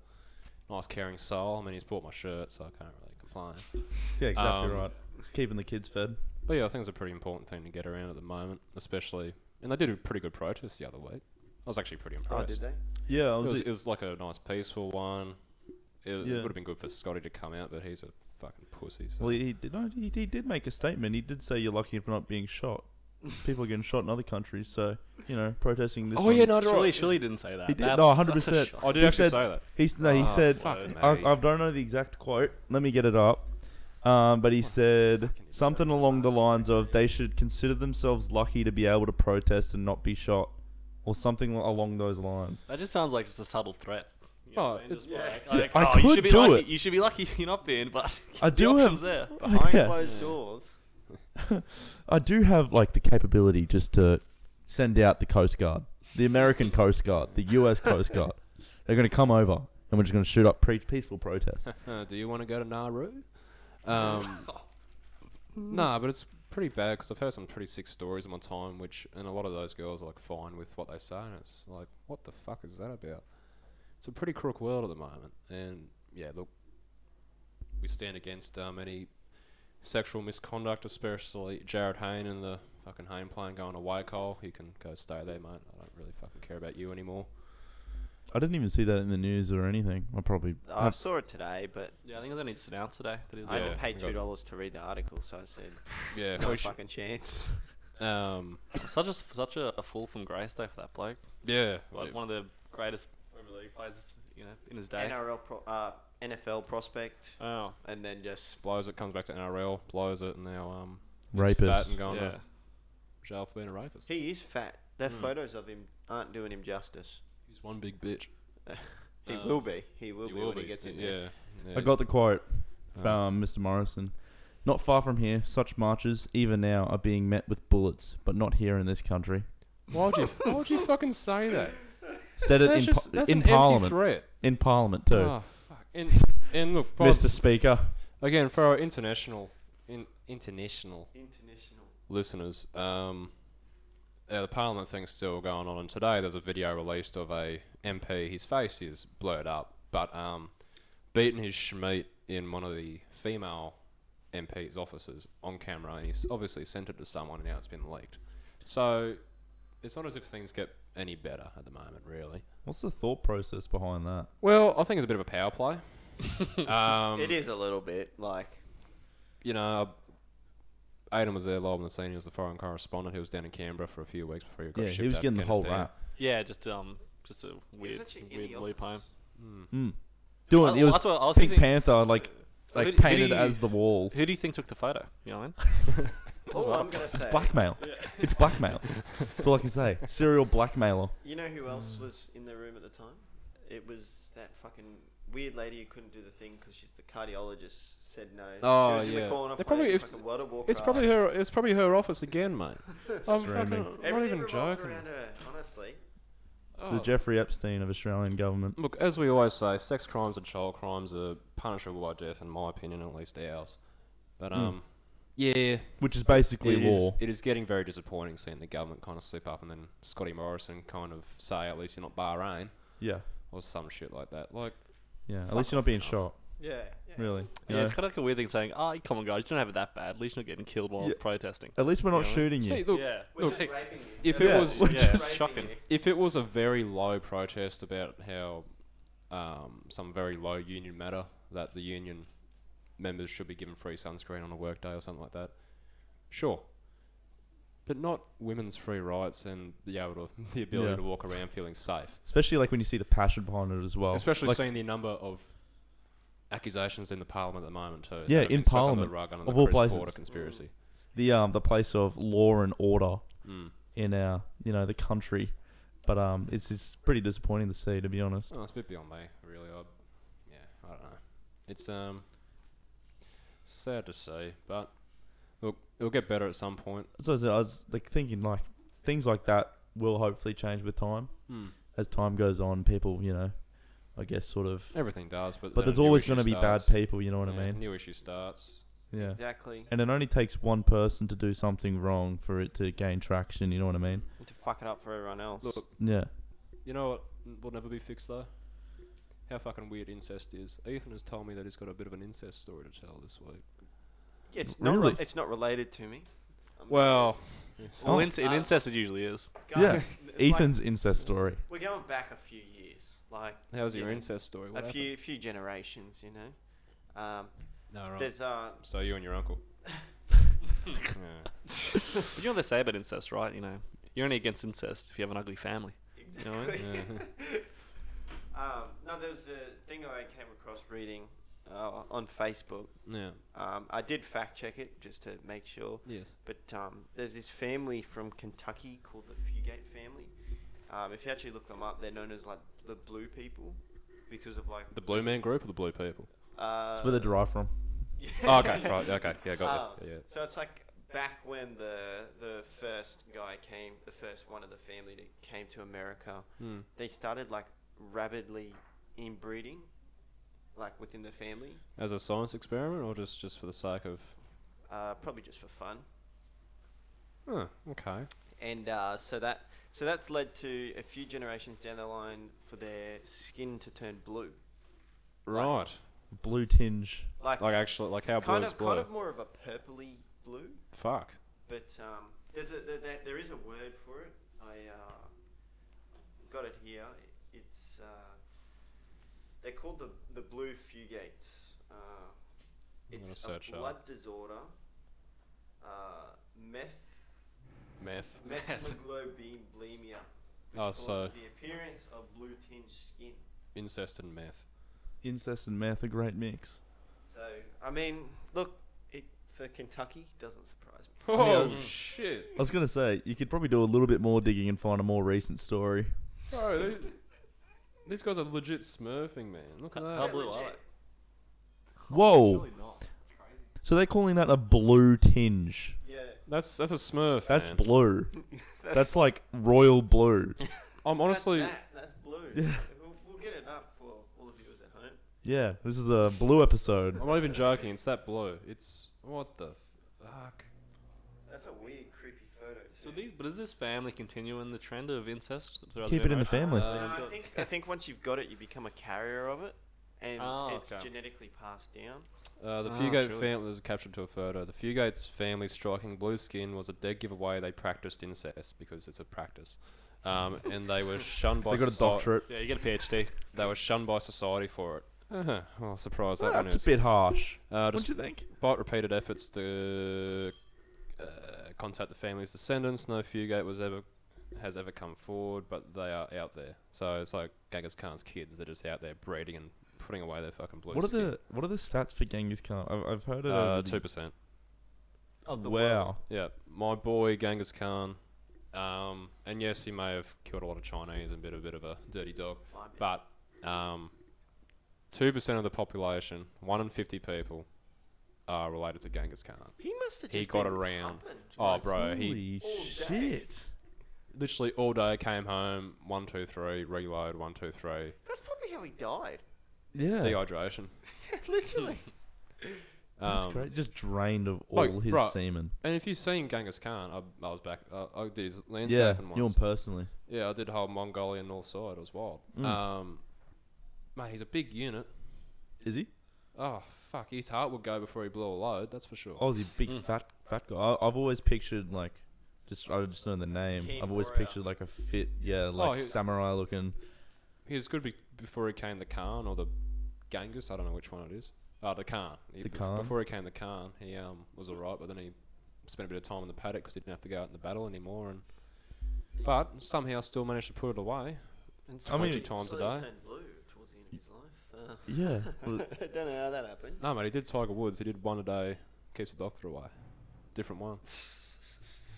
A: nice, caring soul. I mean, he's bought my shirt, so I can't really complain.
C: yeah, exactly
A: um,
C: right. It's keeping the kids fed.
A: But yeah, I think it's a pretty important thing to get around at the moment, especially. And they did a pretty good protest the other week. I was actually pretty
D: Oh,
A: impressed.
D: did they?
C: Yeah, I
A: It
C: was,
A: was, it was like a nice peaceful one. It, it
C: Yeah.
A: would have been good for Scotty to come out, but he's a fucking pussy. So
C: well, he did. No, he, he did make a statement. He did say you're lucky for not being shot. There's People are getting shot in other countries, so you know, protesting this.
A: oh
C: Oh
A: yeah, no,
B: Surely,
A: right.
B: surely he didn't say that.
C: He did.
B: That's
C: No,
B: such a
C: 100%.
B: shock.
A: I did
C: He
A: actually
C: said-
A: say that.
C: He's no, he
A: Oh,
C: said.
A: fuck,
B: I-
C: I,
A: mate.
C: I don't know the exact quote. Let me get it up. Um, but he said something along the lines of they should consider themselves lucky to be able to protest and not be shot, or something al- along those lines.
B: That just sounds like just a subtle threat. You know
A: Oh,
B: what I mean? Just
A: it's-
B: like, like,
C: I
B: oh, you
C: could
B: should be
C: do
B: lucky.
C: it.
B: You should be lucky you're not being, but
C: I
B: the
C: do
B: option's
C: have.
B: there.
D: Behind
C: yeah.
D: closed doors.
C: I do have like the capability just to send out the Coast Guard, the American Coast Guard, the U.S. Coast Guard. They're going to come over and we're just going to shoot up pre- peaceful protests.
A: Uh, do you want to go to Nauru? Um, nah, but it's pretty bad because I've heard some pretty sick stories in my time, which and a lot of those girls are like fine with what they say, and it's like, what the fuck is that about? It's a pretty crook world at the moment, and yeah, look, we stand against um, any sexual misconduct, especially Jared Hayne and the fucking Hayne plane going to Waikol. You can go stay there, mate. I don't really fucking care about you anymore.
C: I didn't even see that in the news or anything. I probably.
D: I saw it today, but
B: Yeah, I think it was only just announced today that he was
D: I had
A: Yeah,
D: to pay
A: we got-
D: two dollars to read the article, so I said,
A: Yeah,
D: "No
A: we should-
D: fucking chance."
A: um,
B: such a such a, a fall from grace though for that bloke.
A: yeah,
B: Like one of the greatest Premier League players, you know, in his day.
D: NRL, pro- uh, NFL prospect,
B: Oh,
D: and then just
A: blows it, comes back to NRL, blows it, and now um, he's fat
C: Rapist.
A: and going
B: yeah.
A: to jail for being a rapist.
D: he is fat. Their
A: Hmm.
D: photos of him aren't doing him justice.
A: He's one big bitch.
D: He
A: Um,
D: will be. He will be when he gets
A: so-
D: in there.
A: yeah, yeah.
C: I got the quote
A: Um,
C: from Mr. Morrison. Not far from here, such marches, even now, are being met with bullets, but not here in this country.
A: why would you? Why would you fucking say that?
C: Said it
A: That's
C: in,
A: just
C: par-
A: that's
C: in
A: an empty
C: Parliament.
A: threat.
C: In Parliament, too.
A: Oh fuck! And, and look,
C: Mr.
A: Mr.
C: Speaker.
A: again for our international, in, international
D: International.
A: listeners, um, yeah, the Parliament thing's still going on, and today there's a video released of a MP. His face is blurred up, but um, beating his schmeat in one of the female MP's offices on camera, and he's obviously sent it to someone, and now it's been leaked. So it's not as if things get any better at the moment, really.
C: What's the thought process behind that?
A: Well, I think it's a bit of a power play. um,
D: it is a little bit like
A: you know, Aiden was there live on the scene. He was the foreign correspondent. He was down in Canberra for a few weeks before he got
C: Yeah,
A: shipped
C: he was
A: out to
C: getting the whole
A: Afghanistan.
C: rap.
B: yeah, just um, just a
D: He
B: weird,
D: was actually in
B: weird
D: the
B: loop home.
D: office.
A: Hmm.
C: Mm. Doing
B: Well,
C: it was,
B: that's what I was
C: Pink
B: thinking.
C: Panther, like
B: Who-
C: like
B: who do
C: painted
B: you-
C: as the wall.
B: Who do you think took the photo? You know what I
D: All I'm gonna say.
C: Blackmail. It's blackmail. That's all I can say. Serial blackmailer.
D: You know who
A: Mm.
D: else was in the room at the time? It was that fucking weird lady who couldn't do the thing because she's the cardiologist. Said no.
A: Oh,
D: she was in
A: yeah.
D: the corner
A: They
D: playing
A: probably-
D: fucking World of Warcraft.
A: It's probably her. It's probably her office again, mate. I'm
C: Streaming.
A: fucking, I'm not
D: Everything
A: even
D: revolves
A: joking.
D: around her, honestly.
A: Oh.
C: The Jeffrey Epstein of Australian government.
A: Look, as we always say, sex crimes and child crimes are punishable by death, in my opinion, at least ours. But
C: Hmm.
A: um, yeah,
C: Which is basically
A: it is-
C: law.
A: it is getting very disappointing seeing the government kind of slip up, and then Scotty Morrison kind of say, "At least you're not Bahrain."
C: Yeah.
A: Or some shit like that. Like,
C: Yeah. At
A: Fuck
C: least you're not being
A: off.
C: shot.
D: Yeah.
C: Really.
B: mean? Yeah, it's kind of like a weird thing saying, "Oh, come on, guys, you don't have it that bad. At least you're not getting killed while
C: Yeah.
B: protesting."
C: At least we're not
B: Yeah.
C: shooting you.
A: see, look,
B: yeah,
D: We're
A: Look,
D: just
A: hey,
D: raping you.
A: if
D: That's
A: it
D: all.
A: was-
D: We're
B: yeah,
D: just
B: it's
D: raping
B: shocking.
D: you.
A: if it was a very low protest about how um, some very low union matter that the union members should be given free sunscreen on a workday or something like that, sure. But not women's free rights and the able to, the ability
C: Yeah.
A: to walk around feeling safe,
C: Especially like when you see the passion behind it as well.
A: especially
C: like,
A: seeing the number of accusations in the parliament at the moment too. that
C: Yeah,
A: have been
C: in
A: swept under
C: Parliament,
A: the rug under
C: of
A: the
C: all
A: Chris
C: places.
A: Porter conspiracy.
C: the um the place of law and order
A: Mm.
C: in our you know the country. But um, it's it's pretty disappointing to see, to be honest.
A: Oh, it's a bit beyond me, really. I, yeah, I don't know. It's um sad to see, but look, it'll get better at some point.
C: So I was, I was like thinking like things like that will hopefully change with time.
A: Mm.
C: As time goes on, people you know, I guess sort of.
A: Everything does, but then
C: But
A: a
C: there's
A: new
C: always
A: issue
C: going to be bad
A: starts.
C: people. You know what
A: yeah,
C: I mean?
A: New issue starts.
C: Yeah.
D: Exactly.
C: And it only takes one person to do something wrong for it to gain traction. You know what I mean?
D: To fuck it up for everyone else.
A: Look,
C: Yeah.
A: you know what n- will never be fixed though. How fucking weird incest is. Ethan has told me that he's got a bit of an incest story to tell this week.
D: it's not.
C: really?
D: Re- it's not related to me. I'm
A: Well,
B: Well,
C: Oh.
B: inc- in
D: Uh,
B: incest it usually is.
D: Guys,
C: Ethan's incest story.
D: We're going back a few years, like
A: How's your
D: Yeah.
A: incest story? What
D: a
A: happened?
D: few few generations. You know, um,
A: No, right.
D: there's uh,
A: so you and your uncle. yeah.
B: But you know what they say about incest, right? You know, you're only against incest if you have an ugly family. know what?
D: exactly. um, no, there was a thing I came across reading uh, on Facebook.
A: Yeah.
D: Um, I did fact check it just to make sure.
A: Yes.
D: But um, there's this family from Kentucky called the Fugate family. Um, if you actually look them up, they're known as like the Blue People because of like
A: The Blue Man Group or the Blue People?
D: Uh,
C: That's where they're derived from.
D: Yeah.
A: Oh, okay, right, okay, yeah, got you, yeah.
D: Um, So it's like back when the the first guy came, the first one of the family that came to America,
A: Hmm.
D: they started like rapidly inbreeding, like within the family,
A: As a science experiment or just, just for the sake of.
D: uh, probably just for fun.
A: Huh, okay.
D: And uh, so that so that's led to a few generations down the line for their skin to turn blue,
A: Right.
C: Blue tinge.
D: like,
A: Like, actually, like how
D: kind
A: blue is
D: of
A: blue.
D: kind of more of a purpley blue.
A: Fuck.
D: But um, there's a there, there- there is a word for it. I uh, got it here. It's uh, they're called the the blue fugates. Uh,
A: I'm
D: it's
A: gonna search
D: a
A: that.
D: blood disorder. Uh, meth
A: Meth.
D: methemoglobulinemia. which
A: Oh,
D: causes
A: so-
D: the appearance of blue tinged skin.
A: Incest and meth.
C: Incest and meth, a great mix.
D: So I mean, look, it for Kentucky doesn't surprise me.
A: Oh,
C: Mm.
A: shit.
C: I was gonna say you could probably do a little bit more digging and find a more recent story.
A: Bro, they, these guys are legit smurfing, man. Look at
B: Uh,
A: that.
B: How blue
D: legit.
B: are they?
C: Whoa! So they're calling that a blue tinge.
D: Yeah,
A: That's that's a smurf.
C: That's
A: man.
C: blue. That's like royal blue.
A: I'm honestly.
D: that's, that. that's blue.
C: Yeah.
D: We'll, we'll get it up for all the viewers at home.
C: Yeah, this is a blue episode.
A: I'm not even joking. It's that blue. It's what the fuck.
D: That's a weird, creepy photo.
B: So
D: too.
B: these, but does this family continue in the trend of incest? throughout
C: Keep it in the
B: generations?
C: family.
A: Uh,
D: No, I
B: Still-
D: think I think once you've got it, you become a carrier of it, and
B: Oh,
D: it's
B: okay.
D: genetically passed down.
A: Uh, the
B: Ah,
A: Fugate
B: surely.
A: family was captured to a photo. The Fugate's family striking blue skin was a dead giveaway. They practiced incest because it's a practice, um, and they were shunned by.
C: They got a
A: soci-
C: doctorate.
B: Yeah, you get a PhD.
A: They were shunned by society for it. Uh-huh. Well, surprise that
C: Well,
A: one
C: Ah, that's
A: is.
C: a bit harsh.
A: uh,
C: What
A: just
C: do you think?
A: Despite repeated efforts to uh, contact the family's descendants, no Fugate was ever has ever come forward, but they are out there. So it's like Genghis Khan's kids; they're just out there breeding and putting away their fucking blue. Uh,
C: What are the what are the stats for Genghis Khan? I've, I've heard it. over the-
A: two percent? Oh,
D: Of
C: wow.
A: Yeah, my boy Genghis Khan. Um, and yes, he may have killed a lot of Chinese and been a bit of a dirty dog, but um, two percent of the population, one in fifty people, are related to Genghis Khan.
D: he must have
A: he
D: just
A: got
D: been
A: around.
D: pumping.
A: Oh, bro, he
C: Holy
D: All day.
C: shit!
A: literally all day came home one two three reload one two three
D: That's probably how he died.
C: Yeah,
A: dehydration
D: Literally.
C: that's
A: um,
C: great. Just drained of all
A: like,
C: his
A: bruh,
C: semen.
A: and if you've seen Genghis Khan I, I was back uh, I did his
C: Yeah,
A: landscaping
C: you
A: once
C: and personally.
A: yeah I did whole Mongolia north side it was wild
C: Mm.
A: um mate he's a big unit
C: Is he?
A: oh fuck his heart would go before he blew a load that's for sure
C: Oh, he's a
A: Hmm.
C: big fat fat guy. I, I've always pictured like, just I just know the name.
D: Keen
C: I've always
D: warrior.
C: pictured like a fit, yeah, like
A: Oh, he-
C: samurai looking.
A: he was good be- before he came the Khan or the Genghis I don't know which one it is uh, the Khan He-
C: The
A: bef-
C: Khan?
A: before he came the Khan he um was alright but then he spent a bit of time in the paddock because he didn't have to go out in the battle anymore and but somehow still managed to put it away
D: and
C: I mean-
D: slowly-
A: times a
D: slowly
A: day.
D: turned blue towards the end of his life.
C: Yeah, well,
D: Uh, I don't know how that happened.
A: No, mate, he did Tiger Woods. He did one a day, keeps the doctor away. Different one,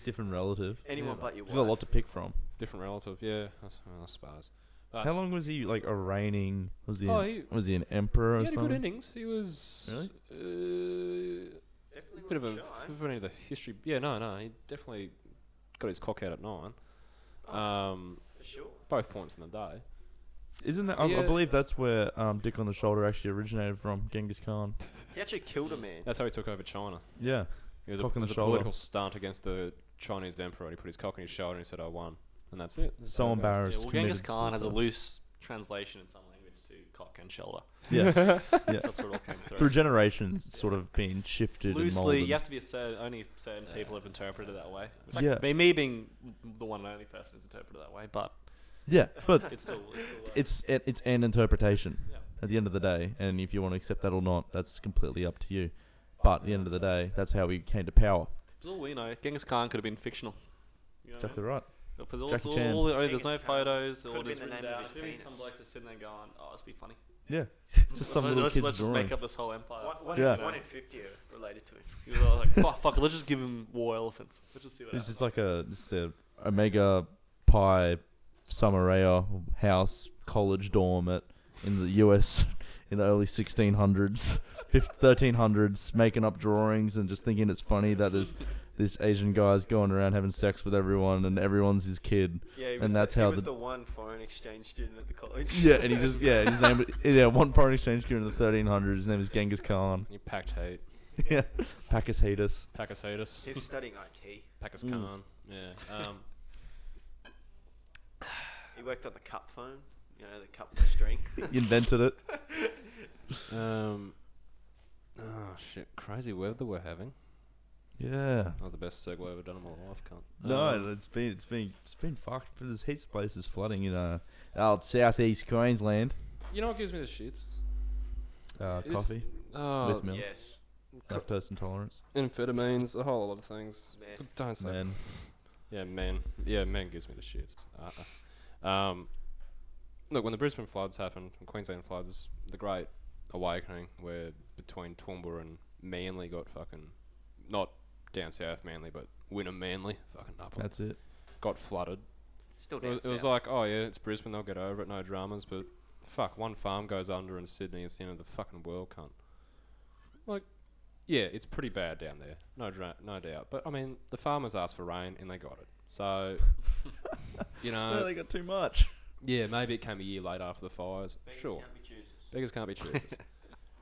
C: different relative.
D: Anyone
A: Yeah,
D: but your
C: He's got a
D: wife.
C: lot to pick from.
A: different relative. Yeah, I s- I suppose. Uh,
C: How long was he like a reigning? Was he?
A: Oh,
C: an,
A: he-
C: was he an emperor
A: He
C: or
A: had a
C: something?
A: good innings. He was
C: Really?
A: uh,
D: Definitely
A: bit of a
D: wasn't shy.
A: f- of the history. Yeah, no, no, he definitely got his cock out at nine. Um,
D: For sure.
A: both points in the day.
C: Isn't that? I, I
A: Yeah.
C: believe that's where um, Dick on the Shoulder actually originated from. Genghis Khan.
D: He actually killed a man.
A: That's how he took over China.
C: Yeah.
A: He was
C: Cock
A: a,
C: in the
A: was a
C: shoulder.
A: political stunt against the Chinese emperor. And he put his cock in his shoulder and he said, "I won," and that's it. That's
C: So
A: how it goes.
B: Yeah,
C: embarrassed.
B: well, Genghis
C: committed
B: Khan has a
C: suicide.
B: loose translation in some language to cock and shoulder.
C: Yes. yeah.
B: That's where it all came through.
C: Through generations, it's sort of been shifted and
B: Loosely,
C: molded.
B: you have to be a certain. Only certain people have interpreted it that way. It's Like
C: Yeah.
B: me, me being the one and only person who's interpreted it that way, but
C: yeah, but
B: it's still. It's still uh,
C: it's it, it's an interpretation
B: yeah.
C: at the end of the day, and if you want to accept that or not, that's completely up to you. But at the end of the day, that's how we came to power.
B: It's all we know. Genghis Khan could have been fictional. You know what I mean?
C: Exactly right.
B: It was all,
C: Jackie
B: it's all-
C: Chan.
B: all- oh, there's
D: Genghis
B: no
D: Khan.
B: photos.
D: Could
B: all
D: have been
B: just
D: the
B: written
D: name of
B: down.
D: his
B: Maybe some
D: penis.
B: bloke just sitting there going, "Oh, this be funny."
C: Yeah. Just some
B: let's
C: little
B: let's,
C: kid's
B: let's just
C: drawing.
B: make up this whole empire.
D: One, one,
C: Yeah.
D: in, one in 50 are related to him.
B: He was all like, "Fuck, fuck, it, let's just give him war elephants. Let's just see what happens."
C: It's just like a just a Omega Pi Samaria house college dorm at in the US in the early 1600s, fif- 1300s, making up drawings and just thinking it's funny that there's this Asian guy's going around having sex with everyone and everyone's his kid.
D: Yeah, he
C: And
D: was
C: that's
D: the,
C: how
D: he was
C: the-
D: the one foreign exchange student at the college.
C: Yeah, and he just yeah his name yeah one foreign exchange student in the 1300s. His name is Genghis Khan.
A: You packed hate.
C: yeah, Pacus Hatus.
A: Packers hate us.
D: He's studying IT.
A: Packers
C: Mm.
A: Khan. Yeah. Um,
D: He worked on the cup phone. You know, the cup with the string.
C: Invented it.
A: um, oh, shit. Crazy weather we're having.
C: Yeah.
A: That was the best segue I've ever done in my life, cunt. Um,
C: No, it's been it's been it's been fucked. But there's heaps of places flooding in uh, out southeast Queensland.
A: You know what gives me the shits?
C: Uh,
A: Is-
C: coffee,
A: Oh,
C: With milk.
D: yes.
C: lactose intolerance,
A: amphetamines, a whole lot of things.
D: Meth.
A: Don't say
C: man.
A: Yeah, man. Yeah, man gives me the shits. Uh, um, look, when the Brisbane floods happened, when Queensland floods, the Great Awakening, where between Toowoomba and Manly got fucking, not down south Manly, but Winner Manly, fucking up,
C: That's it.
A: got flooded.
D: Still
A: It was,
D: down
A: it was
D: south.
A: like, oh yeah, it's Brisbane, they'll get over it, no dramas, but fuck, one farm goes under in Sydney, it's the end of the fucking world, cunt. Like, yeah, it's pretty bad down there, no, dra- no doubt. But I mean, the farmers asked for rain and they got it. So, you know,
C: no, they got too much.
A: yeah, maybe it came a year late after the fires. sure, beggars can't be choosers.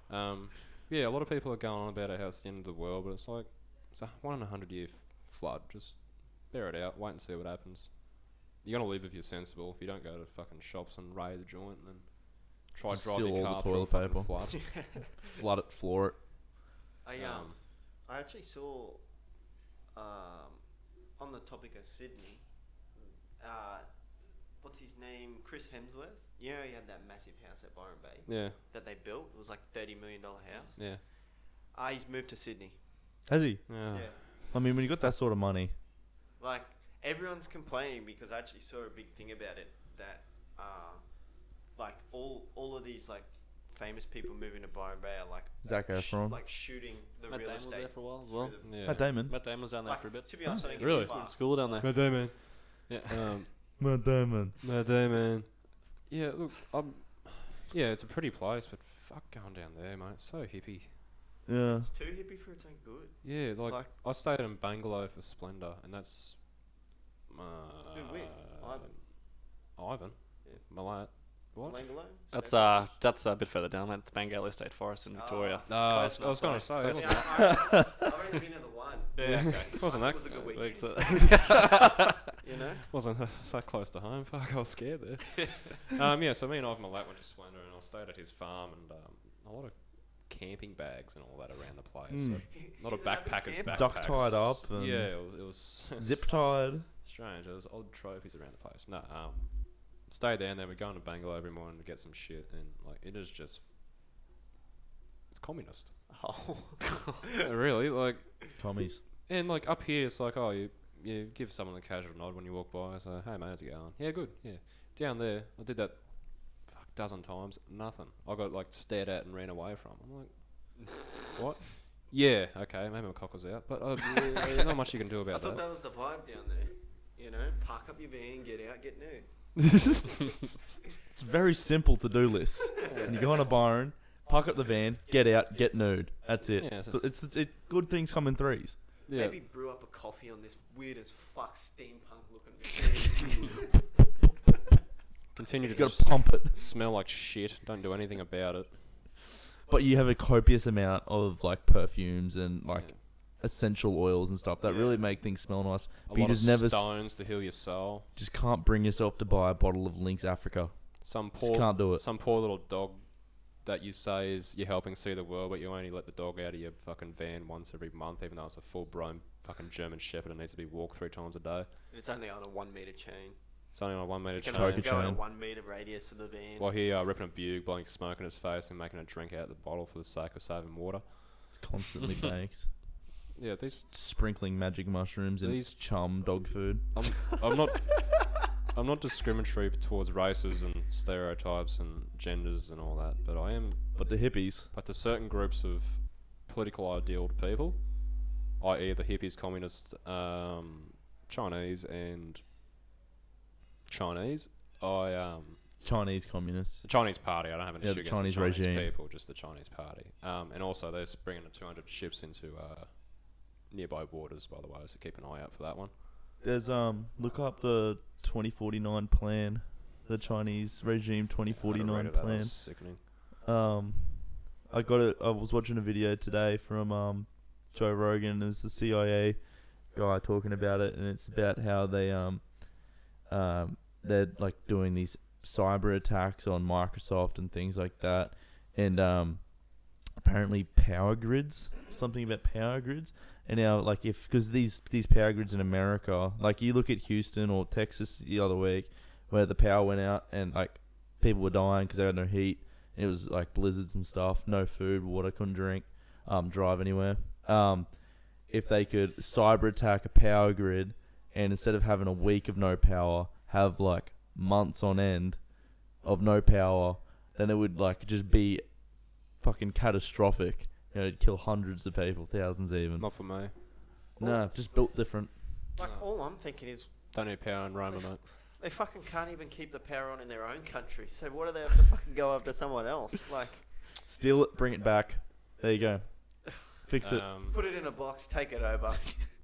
A: um, yeah, a lot of people are going on about it, how it's the end of the world, but it's like it's a one in a hundred year f- flood. Just bear it out, wait and see what happens. You're gonna live if you're sensible. If you don't go to fucking shops and raid the joint, then try
C: Just
A: driving
C: steal
A: your
C: all the
A: car through a
C: toilet
A: fucking
C: paper.
A: flood.
C: Flood it, floor it.
D: I, um,
A: Um,
D: I actually saw, um, on the topic of Sydney, uh, what's his name? Chris Hemsworth. You know, he had that massive house at Byron Bay
A: yeah,
D: that they built. It was like $30 million house.
A: yeah,
D: Ah, he's moved to Sydney.
C: Has he?
A: yeah.
D: Yeah.
C: I mean, when you got that sort of money,
D: Like everyone's complaining because I actually saw a big thing about it that, uh, like all all of these like famous people moving to Byron Bay are like
C: Zac
D: sh-
C: Efron.
D: like shooting the
B: Matt
D: real
B: Damon was
D: estate.
B: there for a while as
D: through
B: well.
D: the-
A: yeah.
C: Matt Damon.
B: Matt Damon was down there
D: Like,
B: for a bit.
D: to be honest, I think it's
A: Really?
D: too far.
B: Went to school down there.
A: Matt Damon.
B: Yeah.
A: Um,
C: Matt Damon.
A: No day, man. Yeah, look, I'm. Yeah, it's a pretty place, but fuck going down there, mate. It's so hippie.
C: Yeah.
D: It's too hippie for its own good.
A: Yeah, like,
D: Like-
A: I stayed in Bangalore for Splendor, and that's. Uh,
D: Who with? Ivan?
A: Ivan.
D: Yeah.
A: Malat. What?
D: Langolo?
B: That's uh, that's a bit further down. That's Bangala State Forest in
D: Ah.
B: Victoria.
A: No, I was,
B: Close
A: I was going to
B: enough,
A: say.
B: sorry.
A: It
B: Close
A: wasn't,
D: Yeah, I- I- I've only been to the one.
B: Yeah, okay.
A: it wasn't
D: It
A: that.
D: was a good
A: close.
D: weekend.
B: so-
D: You know?
A: wasn't that close to home. Fuck, I was scared there. um, yeah, so me and Ivan Malat went to Splendor, and I stayed at his farm, and um, a lot of camping bags and all that around the place.
C: Mm.
A: so Not a
D: He's an avid
A: backpacker's
D: camper.
A: backpack.
C: Duck tied up and-
A: yeah, it was, it was
C: Zip tied.
A: strange. There was old trophies around the place. No, um, stayed there and then we're going to Bangalore every morning to get some shit, and like it is just, it's communist.
B: Oh.
A: really, like,
C: Commies.
A: and like up here, it's like oh you you give someone a casual nod when you walk by, so hey mate, how's it going? Yeah, good. Yeah, down there, I did that. Fuck, dozen times, nothing. I got like stared at and ran away from. I'm like, what? Yeah, okay, maybe my cock was out, but uh, yeah, there's not much you can do
D: I
A: about
D: thought that was the vibe down there. You know, park up your van, get out, get nude.
C: It's a very simple to do list. And you go on a Byron, park up the van, get out, get nude. That's it.
A: Yeah,
C: it's,
A: so-
C: it's, it good things come in threes.
A: Yeah.
D: Maybe brew up a coffee on this weird as fuck steampunk looking machine.
A: Continue to
C: You got
A: just
C: to pump it.
A: smell like shit. Don't do anything about it.
C: But you have a copious amount of like perfumes and like
A: Yeah.
C: essential oils and stuff that
D: Yeah.
C: really make things smell nice.
A: A
C: But you
A: lot
C: just
A: of
C: never s-
A: stones to heal your soul.
C: Just can't bring yourself to buy a bottle of Lynx Africa.
A: Some
C: Just
A: poor,
C: can't do it.
A: some poor little dog that you say is you're helping see the world, but you only let the dog out of your fucking van once every month, even though it's a full blown fucking German Shepherd and needs to be walked three times a day.
D: It's only on a one meter chain.
A: It's only on a one meter
D: You can
A: chain.
C: Choker
D: only go in a
C: chain.
D: one meter radius of the van.
A: While here, uh, ripping a bug, blowing smoke in his face, and making a drink out of the bottle for the sake of saving water.
C: It's constantly baked.
A: Yeah, these.
C: Sprinkling magic mushrooms in
A: These-
C: chum dog food.
A: I'm, I'm not. I'm not discriminatory towards races and stereotypes and genders and all that, but I am.
C: But the hippies.
A: But to certain groups of political idealed people, i.e., the hippies, communists, um, Chinese, and Chinese, I um,
C: Chinese communists.
A: the Chinese party. I don't have an
C: Yeah,
A: issue
C: the
A: against
C: Chinese
A: the Chinese
C: regime.
A: people, just the Chinese party. Um, and also, they're s- bringing the 200 ships into uh, nearby waters, by the way, so keep an eye out for that one.
C: There's um look up the 2049 plan, the Chinese regime
A: I had
C: 2049
A: a read of that, that
C: plan.
A: was sickening.
C: Um, I got it. I was watching a video today from um, Joe Rogan. Is the CIA guy talking about it, and it's about how they um, um, they're like doing these cyber attacks on Microsoft and things like that, and um, apparently power grids, something about power grids. And now, like, if because these these power grids in America, like you look at Houston or Texas the other week, where the power went out and like people were dying because they had no heat. It was like blizzards and stuff, no food, water, couldn't drink, um, drive anywhere. Um, if they could cyber attack a power grid and instead of having a week of no power, have like months on end of no power, then it would like just be fucking catastrophic. You know, it'd kill hundreds of people, thousands even.
A: Not for me.
C: No, just built different.
D: Like
A: No.
D: all I'm thinking is
A: Don't need power in Roma, mate.
D: they fucking can't even keep the power on in their own country. So what do they have to fucking go after someone else? Like
C: Steal it, bring it back. There you go. Fix it.
A: Um,
D: put it in a box, take it over.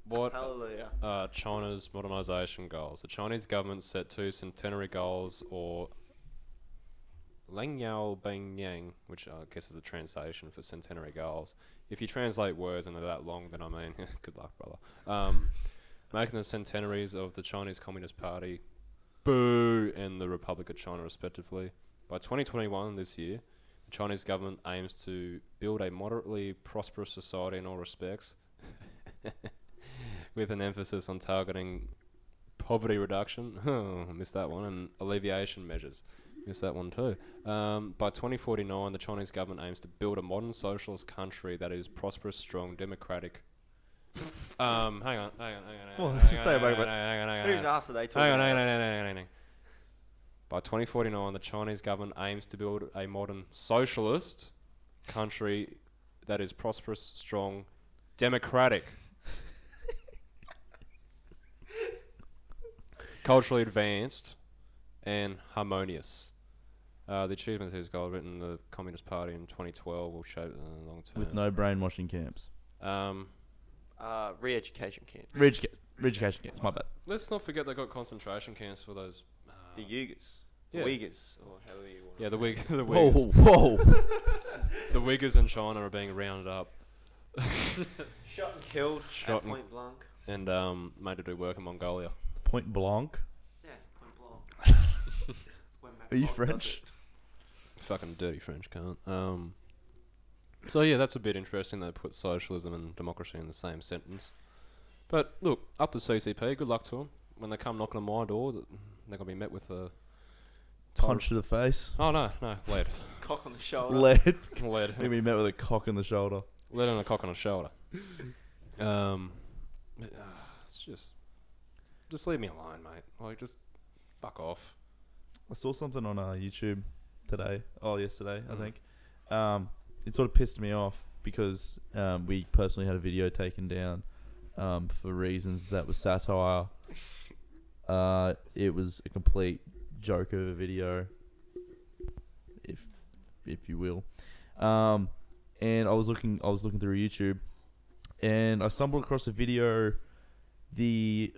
A: what
D: Hallelujah.
A: uh, China's modernisation goals. The Chinese government set two centenary goals, or Lang Yao Bing Yang, which I guess is the translation for centenary goals. If you translate words and they're that long, then I mean, good luck, brother. Um, making the centenaries of the Chinese Communist Party, Boo, and the Republic of China, respectively. By 2021, this year, the Chinese government aims to build a moderately prosperous society in all respects, with an emphasis on targeting poverty reduction. Oh, missed that one. And alleviation measures. Missed that one too. Um, by 2049, the Chinese government aims to build a modern socialist country that is prosperous, strong, democratic. Um, hang on, hang on, hang on, hang
C: Well,
A: on.
C: stay
A: Hang on, hang
C: back,
A: on,
C: but-
A: hang on, hang on, hang
D: Whose
A: on.
D: ass are they
A: Hang
D: talking
A: on, hang on,
D: about?
A: hang on, hang on, hang on. By 2049, the Chinese government aims to build a modern socialist country that is prosperous, strong, democratic, culturally advanced, and harmonious. Uh, the achievements of this goal written in the Communist Party in 2012 will shape uh, the long term.
C: With no brainwashing camps.
A: Um,
D: Uh, re-education camp.
C: Ridge, ridge education camps, my bad.
A: let's not forget they got concentration camps for those. Uh,
D: The Uyghurs. The
A: Yeah.
D: Uyghurs, or however you want
A: yeah, the Uyghurs. The
C: Whoa,
A: Uyghurs.
C: whoa.
A: The Uyghurs in China are being rounded up
D: Shot and killed
A: Shot
D: at
A: and-
D: Point Blanc.
A: and um, made to do work in Mongolia.
C: Point Blanc.
D: Yeah, Point Blanc. That's where Matt
C: Are you
D: Block does
C: French?
D: it.
A: Fucking dirty French cunt. Um, so yeah, that's a bit interesting. They put socialism and democracy in the same sentence. But look, up to CCP. Good luck to them. When they come knocking on my door, th- they're gonna be met with a
C: Punch to the face.
A: Oh no, no lead,
D: Cock on the shoulder.
C: Lead.
A: lead.
C: Maybe met with a cock in the shoulder.
A: Let on a cock on a shoulder. Um, but, uh, it's just, just leave me alone, mate. Like, just fuck off.
C: I saw something on uh, YouTube today. Oh, yesterday, I
A: Mm.
C: think. Um, it sort of pissed me off because um, we personally had a video taken down um, for reasons that was satire. Uh, it was a complete joke of a video, if if you will. Um, and I was looking, I was looking through YouTube, and I stumbled across a video, the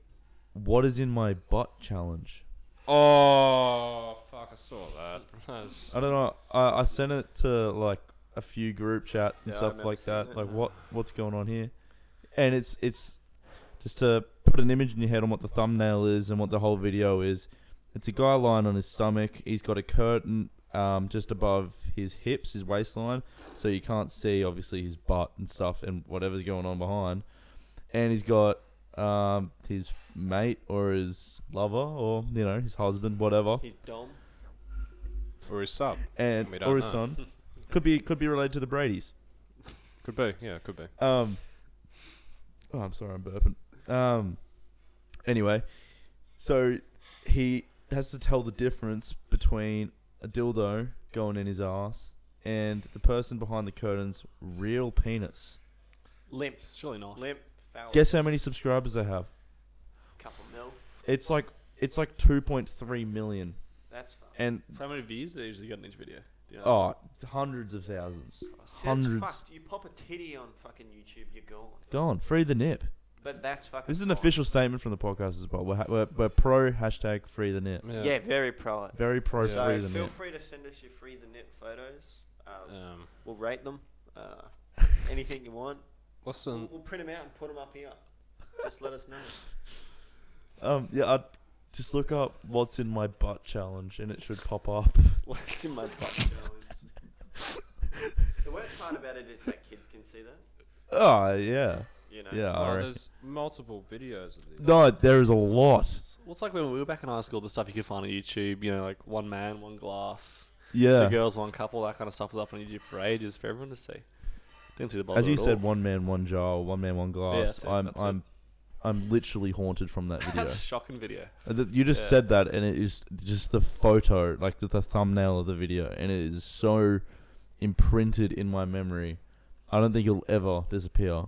C: "What is in my butt" challenge.
A: Oh fuck! I saw that. That was-
C: I don't know. I, I sent it to like a few group chats and
D: Yeah, I
C: stuff
D: remember
C: like that.
D: seeing it.
C: Like what what's going on here? And it's it's just to put an image in your head on what the thumbnail is and what the whole video is. It's a guy lying on his stomach. He's got a curtain um, just above his hips, his waistline, so you can't see obviously his butt and stuff and whatever's going on behind. And he's got um, his mate or his lover or you know his husband, whatever,
D: He's Dom.
A: Or his sub.
C: and
A: We don't
C: or his
A: know.
C: son. Could be could be related to the Brady's.
A: Could be. Yeah, could be.
C: Um, oh, I'm sorry, I'm burping. Um, anyway, so he has to tell the difference between a dildo going in his ass and the person behind the curtain's real penis.
D: Limp.
B: Surely not.
D: Limp. Foul.
C: Guess how many subscribers they have?
D: Couple mil.
C: It's like it's like 2.3 million,
D: That's fun.
C: and
B: How many views do they usually get on each video? Do you know?
C: oh, hundreds of thousands
D: See, that's
C: hundreds.
D: fucked. You pop a titty on fucking YouTube, you're gone.
C: gone. Free the nip.
D: But that's fucking.
C: This is an
D: fine.
C: official statement from the podcast as well. We're, ha- we're, we're pro hashtag free the nip.
D: Yeah, very pro it.
C: Very pro
A: Yeah.
C: free
D: So
C: the
D: feel
C: nip.
D: free to send us your free the nip photos. Um,
A: Um,
D: we'll rate them. Uh, anything you want.
A: what's
D: We'll,
A: the
D: we'll print them out and put them up here. Just let us know.
C: Um, yeah, I'd just look up what's in my butt challenge and it should pop up.
D: What's in my butt challenge? the worst part about it is that kids can see that.
C: Oh, yeah.
D: You know.
C: Yeah, I
A: Oh,
C: reckon.
A: there's multiple videos of this.
C: No, there is Oh, a lot.
B: What's Well, it's like when we were back in high school, the stuff you could find on YouTube, you know, like one man, one glass,
C: Yeah.
B: two girls, one couple, that kind of stuff was up on YouTube for ages for everyone to see. Didn't see the bother
C: As you
B: at
C: said,
B: all.
C: one man, one jar, one man, one glass.
B: that's it,
C: I'm,
B: that's it.
C: I'm, I'm literally haunted from that video.
B: that's a shocking video.
C: Uh, th- you just
B: yeah.
C: said that, and it is just the photo, like the, the thumbnail of the video, and it is so imprinted in my memory. I don't think it'll ever disappear.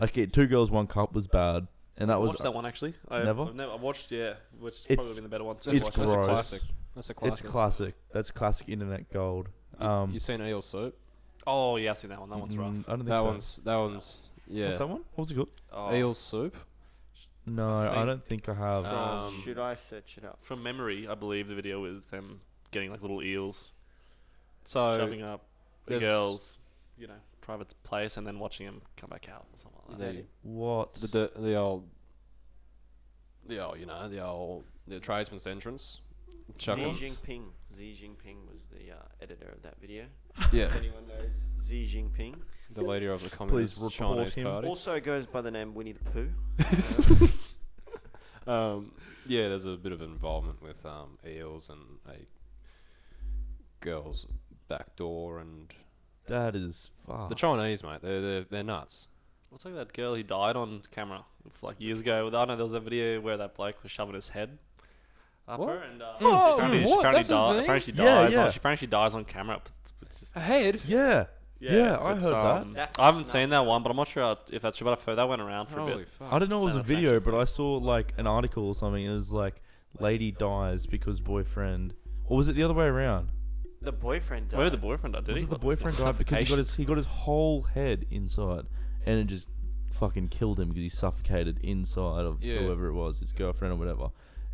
C: Okay, two girls, one cup was bad, and that
B: I
C: was
B: watched that one actually. I,
C: Never?
B: I've never. I watched yeah, which has
C: It's-
B: probably been the better one. To
A: That's
C: It's
A: a,
B: watch.
A: that's a
C: gross.
A: classic. That's a classic.
C: It's classic. That's classic internet gold.
A: You-
C: Um,
A: you seen Eel Soup?
B: Oh yeah, I seen that one. That one's rough.
C: mm, I don't think
A: That
C: so.
A: one's that one's yeah.
C: What's that one? What was it called?
B: Oh,
A: Eel Soup.
C: No,
B: I
C: I,
B: think-
C: don't think I have.
A: Uh, Um,
D: should I search it up?
B: From memory, I believe the video was them getting like little eels,
A: So
B: shoving up the
A: there's-
B: girls, you know, private place, and then watching them come back out or something like that.
A: the
C: what?
A: the the, the old the old you know the old the tradesman's entrance. Chuck
D: Xi
A: 'em.
D: Jinping. Xi Jinping was the uh, editor of that video.
A: Yeah,
D: If anyone knows Xi Jinping.
A: the leader of the
C: Please
A: communist
C: report
A: Chinese
C: him.
A: party.
D: Also goes by the name Winnie the Pooh.
A: Um, yeah, there's a bit of involvement with um, eels and a girl's back door and
C: that is fuck.
A: the Chinese mate. They're they're, they're nuts.
B: What's like that girl who died on camera like years ago? I know there was a video where that bloke was shoving his head up
A: What?
B: her, and uh,
A: Oh,
B: she apparently, she
A: what?
B: apparently
A: That's a
B: di-
A: thing?
B: apparently she
C: Yeah,
B: dies.
C: yeah.
B: On, she apparently she dies on camera. It's- it's just-
A: A head.
C: yeah. Yeah, I
B: it's,
C: heard
B: um,
D: That's
B: I haven't
D: snuff.
B: seen that one, but I'm not sure if that's true. But I've heard that went around for a
A: Holy
B: bit.
C: that. I
A: fuck.
C: didn't know it was
B: So
C: a
B: that's
C: video,
B: actually-
C: but I saw like an article or something. It was like lady dies because boyfriend, or was it the other way around?
D: The boyfriend died.
B: Maybe the boyfriend died, did
C: Was
B: he?
C: it the boyfriend died because he got his he got his whole head inside, and it just fucking killed him because he suffocated inside of
A: Yeah.
C: whoever it was, his girlfriend or whatever.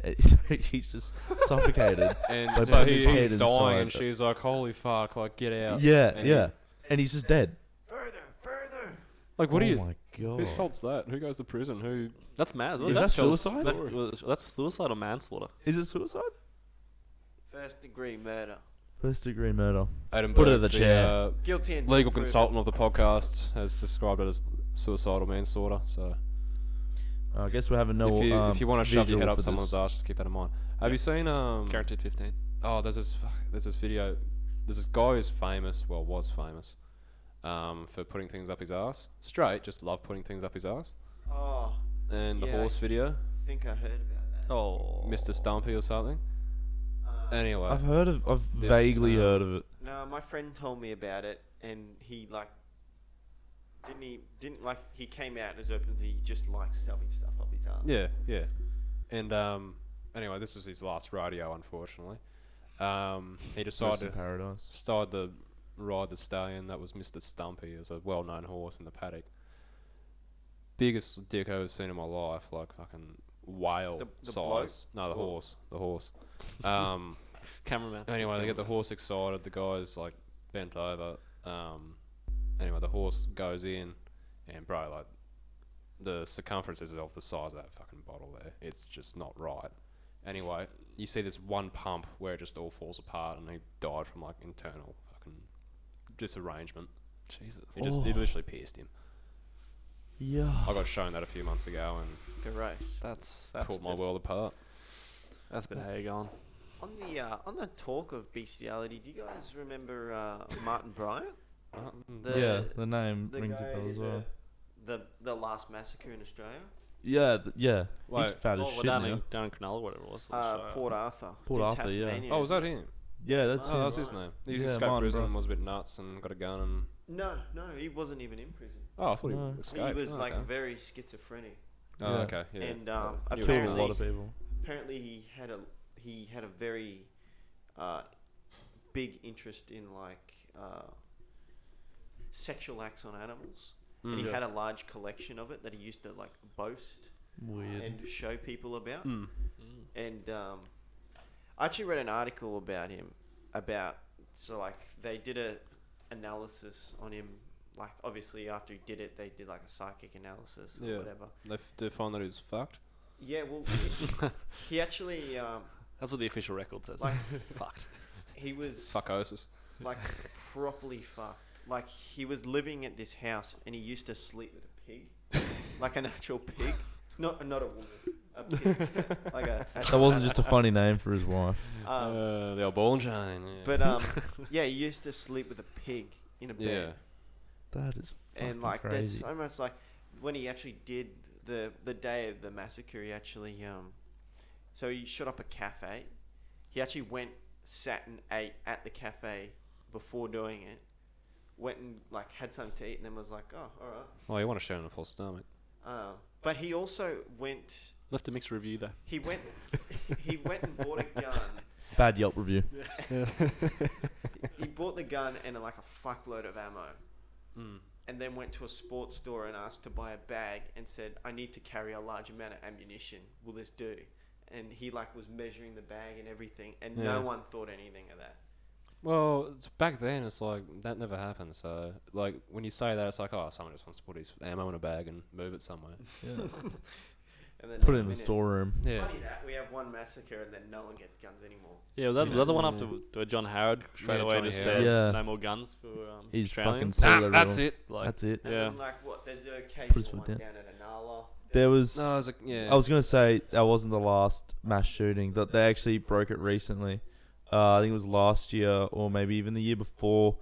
C: And he's just suffocated. by
A: And so
C: putting
A: he,
C: his
A: he's
C: head
A: dying, and
C: inside.
A: she's like, "Holy fuck! Like, get out!"
C: Yeah,
A: And he-
C: yeah. And he's just dead.
D: Further, further.
A: like, what
C: oh
A: do you?
C: my god.
A: Whose fault's that? Who goes to prison? Who?
B: That's mad.
C: Is
B: that's
C: that
B: just-
C: suicide?
B: That's, that's suicide or manslaughter.
C: Is it suicide?
D: First degree murder.
C: First degree murder.
A: Adam
C: Put it
A: Burke,
C: in the chair.
A: uh,
D: Guilty and
A: legal
D: proven.
A: consultant of the podcast has described it as suicidal manslaughter. So
C: Uh, I guess we're having no.
A: if you
C: um,
A: if you want to shove your
C: visual
A: head
C: for
A: up
C: this.
A: someone's ass, just keep that in mind. Have you seen um?
B: Guaranteed 15.
A: Oh, there's this fuck, there's this video. There's this guy who's famous. Well, was famous. Um, for putting things up his ass. Straight, just love putting things up his ass.
D: Oh,
A: And the
D: Yeah, I
A: horse video,
D: I think I heard about that.
B: Oh,
A: Mr. Stumpy or something.
D: Uh,
A: Anyway,
C: I've heard of. I've
A: This,
C: vaguely
A: um,
C: heard of it.
D: No, my friend told me about it, and he like didn't he didn't like he came out as open. He just likes shoving stuff up his arm.
A: Yeah, yeah. And um, anyway, this was his last rodeo, unfortunately. Um, he
C: Lost
A: decided
C: in Paradise.
A: to start the ride the stallion that was Mr. Stumpy, as a well-known horse in the paddock. Biggest dick I ever seen in my life, like fucking whale
D: The- the bloke?
A: size. No, the
D: Or-
A: horse, the horse. Um,
B: cameraman.
A: anyway, they get the horse excited. The guy's like bent over. Um, anyway, the horse goes in, and bro, like the circumference is of the size of that fucking bottle there. It's just not right. Anyway, you see this one pump where it just all falls apart, and he died from like internal fucking disarrangement.
B: Jesus.
A: It just it
C: Oh.
A: literally pierced him.
C: Yeah.
A: I got shown that a few months ago and
D: Great.
B: That's that's
A: pulled
B: a
A: my
B: bit,
A: world apart.
B: that's a bit hag on.
D: On the uh, on the talk of bestiality, do you guys remember uh, Martin Bryant? The-
C: yeah, the name
D: the
C: rings a
D: guy
C: bell as
D: who-
C: well.
D: The the last massacre in Australia,
C: Yeah, th- yeah. He's
A: Wait,
C: fat as
B: well,
C: shit
B: down,
C: now.
B: in, down in Cronulla, whatever it was.
D: uh, Port Arthur. It's
C: Port
D: in
C: Arthur, yeah.
D: Tasmania.
A: Oh, was that him?
C: Yeah, that's
A: oh,
C: him.
A: that was his name. He
C: Yeah,
A: escaped
C: mine,
A: prison
C: bro.
A: and was a bit nuts and got a gun and.
D: No, no, he wasn't even in prison.
A: Oh, I thought
C: No.
A: he escaped.
D: He was
A: oh,
D: like
A: okay.
D: very schizophrenic.
A: Oh,
C: Yeah.
A: okay. Yeah.
D: And, um,
A: I knew it was
C: Killed a
D: apparently-
C: lot
A: nuts.
C: of people.
D: Apparently, he had a he had a very uh, big interest in like uh, sexual acts on animals, and
A: Mm.
D: he had a large collection of it that he used to like boast
C: Weird.
D: and show people about.
A: Mm.
D: and um, I actually read an article about him about so like they did a analysis on him like obviously after he did it they did like a psychic analysis or
A: Yeah.
D: whatever
A: They f- they find that he's fucked.
D: yeah well he, he actually um,
B: That's what the official record says.
D: like
B: Fucked.
D: he was
A: Fuckosis.
D: like properly fucked like he was living at this house and he used to sleep with a pig like an actual pig not not a woman a pig like a,
C: That wasn't just a funny name for his wife.
D: um,
A: uh, the old ball and chain. Yeah.
D: But um, yeah, he used to sleep with a pig in a
A: yeah.
D: bed,
C: That is
D: and
C: fucking
D: like there's
C: crazy.
D: so much like when he actually did the the day of the massacre, he actually um, so he shot up a cafe. He actually went, sat and ate at the cafe before doing it. Went and like had something to eat, and then was like, oh, all right.
A: Oh, you want to show him a full stomach?
D: Um, but he also went.
B: Left a mixed review though.
D: He went. he went and bought a gun.
C: Bad Yelp review.
D: He bought the gun and like a fuckload of ammo.
A: Mm.
D: and then went to a sports store and asked to buy a bag and said, I need to carry a large amount of ammunition. Will this do? And he like was measuring the bag and everything, and no
A: Yeah.
D: one thought anything of that.
A: Well, it's back then, it's like that never happened. So, like when you say that, it's like, oh, someone just wants to put his ammo in a bag and move it somewhere.
C: Yeah.
D: And then
C: Put it
D: next
C: in the
D: minute-
C: storeroom.
A: Yeah.
D: Funny that we have one massacre and then no one gets guns anymore.
B: Yeah, well, that
A: Yeah.
B: was the other one up
A: Yeah.
B: to, to John Howard straight
A: Yeah,
B: away.
A: Johnny
B: just
A: Howard.
B: said
C: Yeah.
B: no more guns for um,
C: He's fucking
B: Australians.
C: pulled
A: Ah,
C: everyone.
A: that's it.
B: like,
C: That's it.
D: And
B: Yeah.
D: then, like what? There's the occasional
C: foot
D: one down.
C: down.
D: at Anala.
C: There was.
A: No, it's like yeah.
C: I was gonna say that wasn't the last mass shooting. That they actually broke it recently. Uh, I think it was last year or maybe even the year before.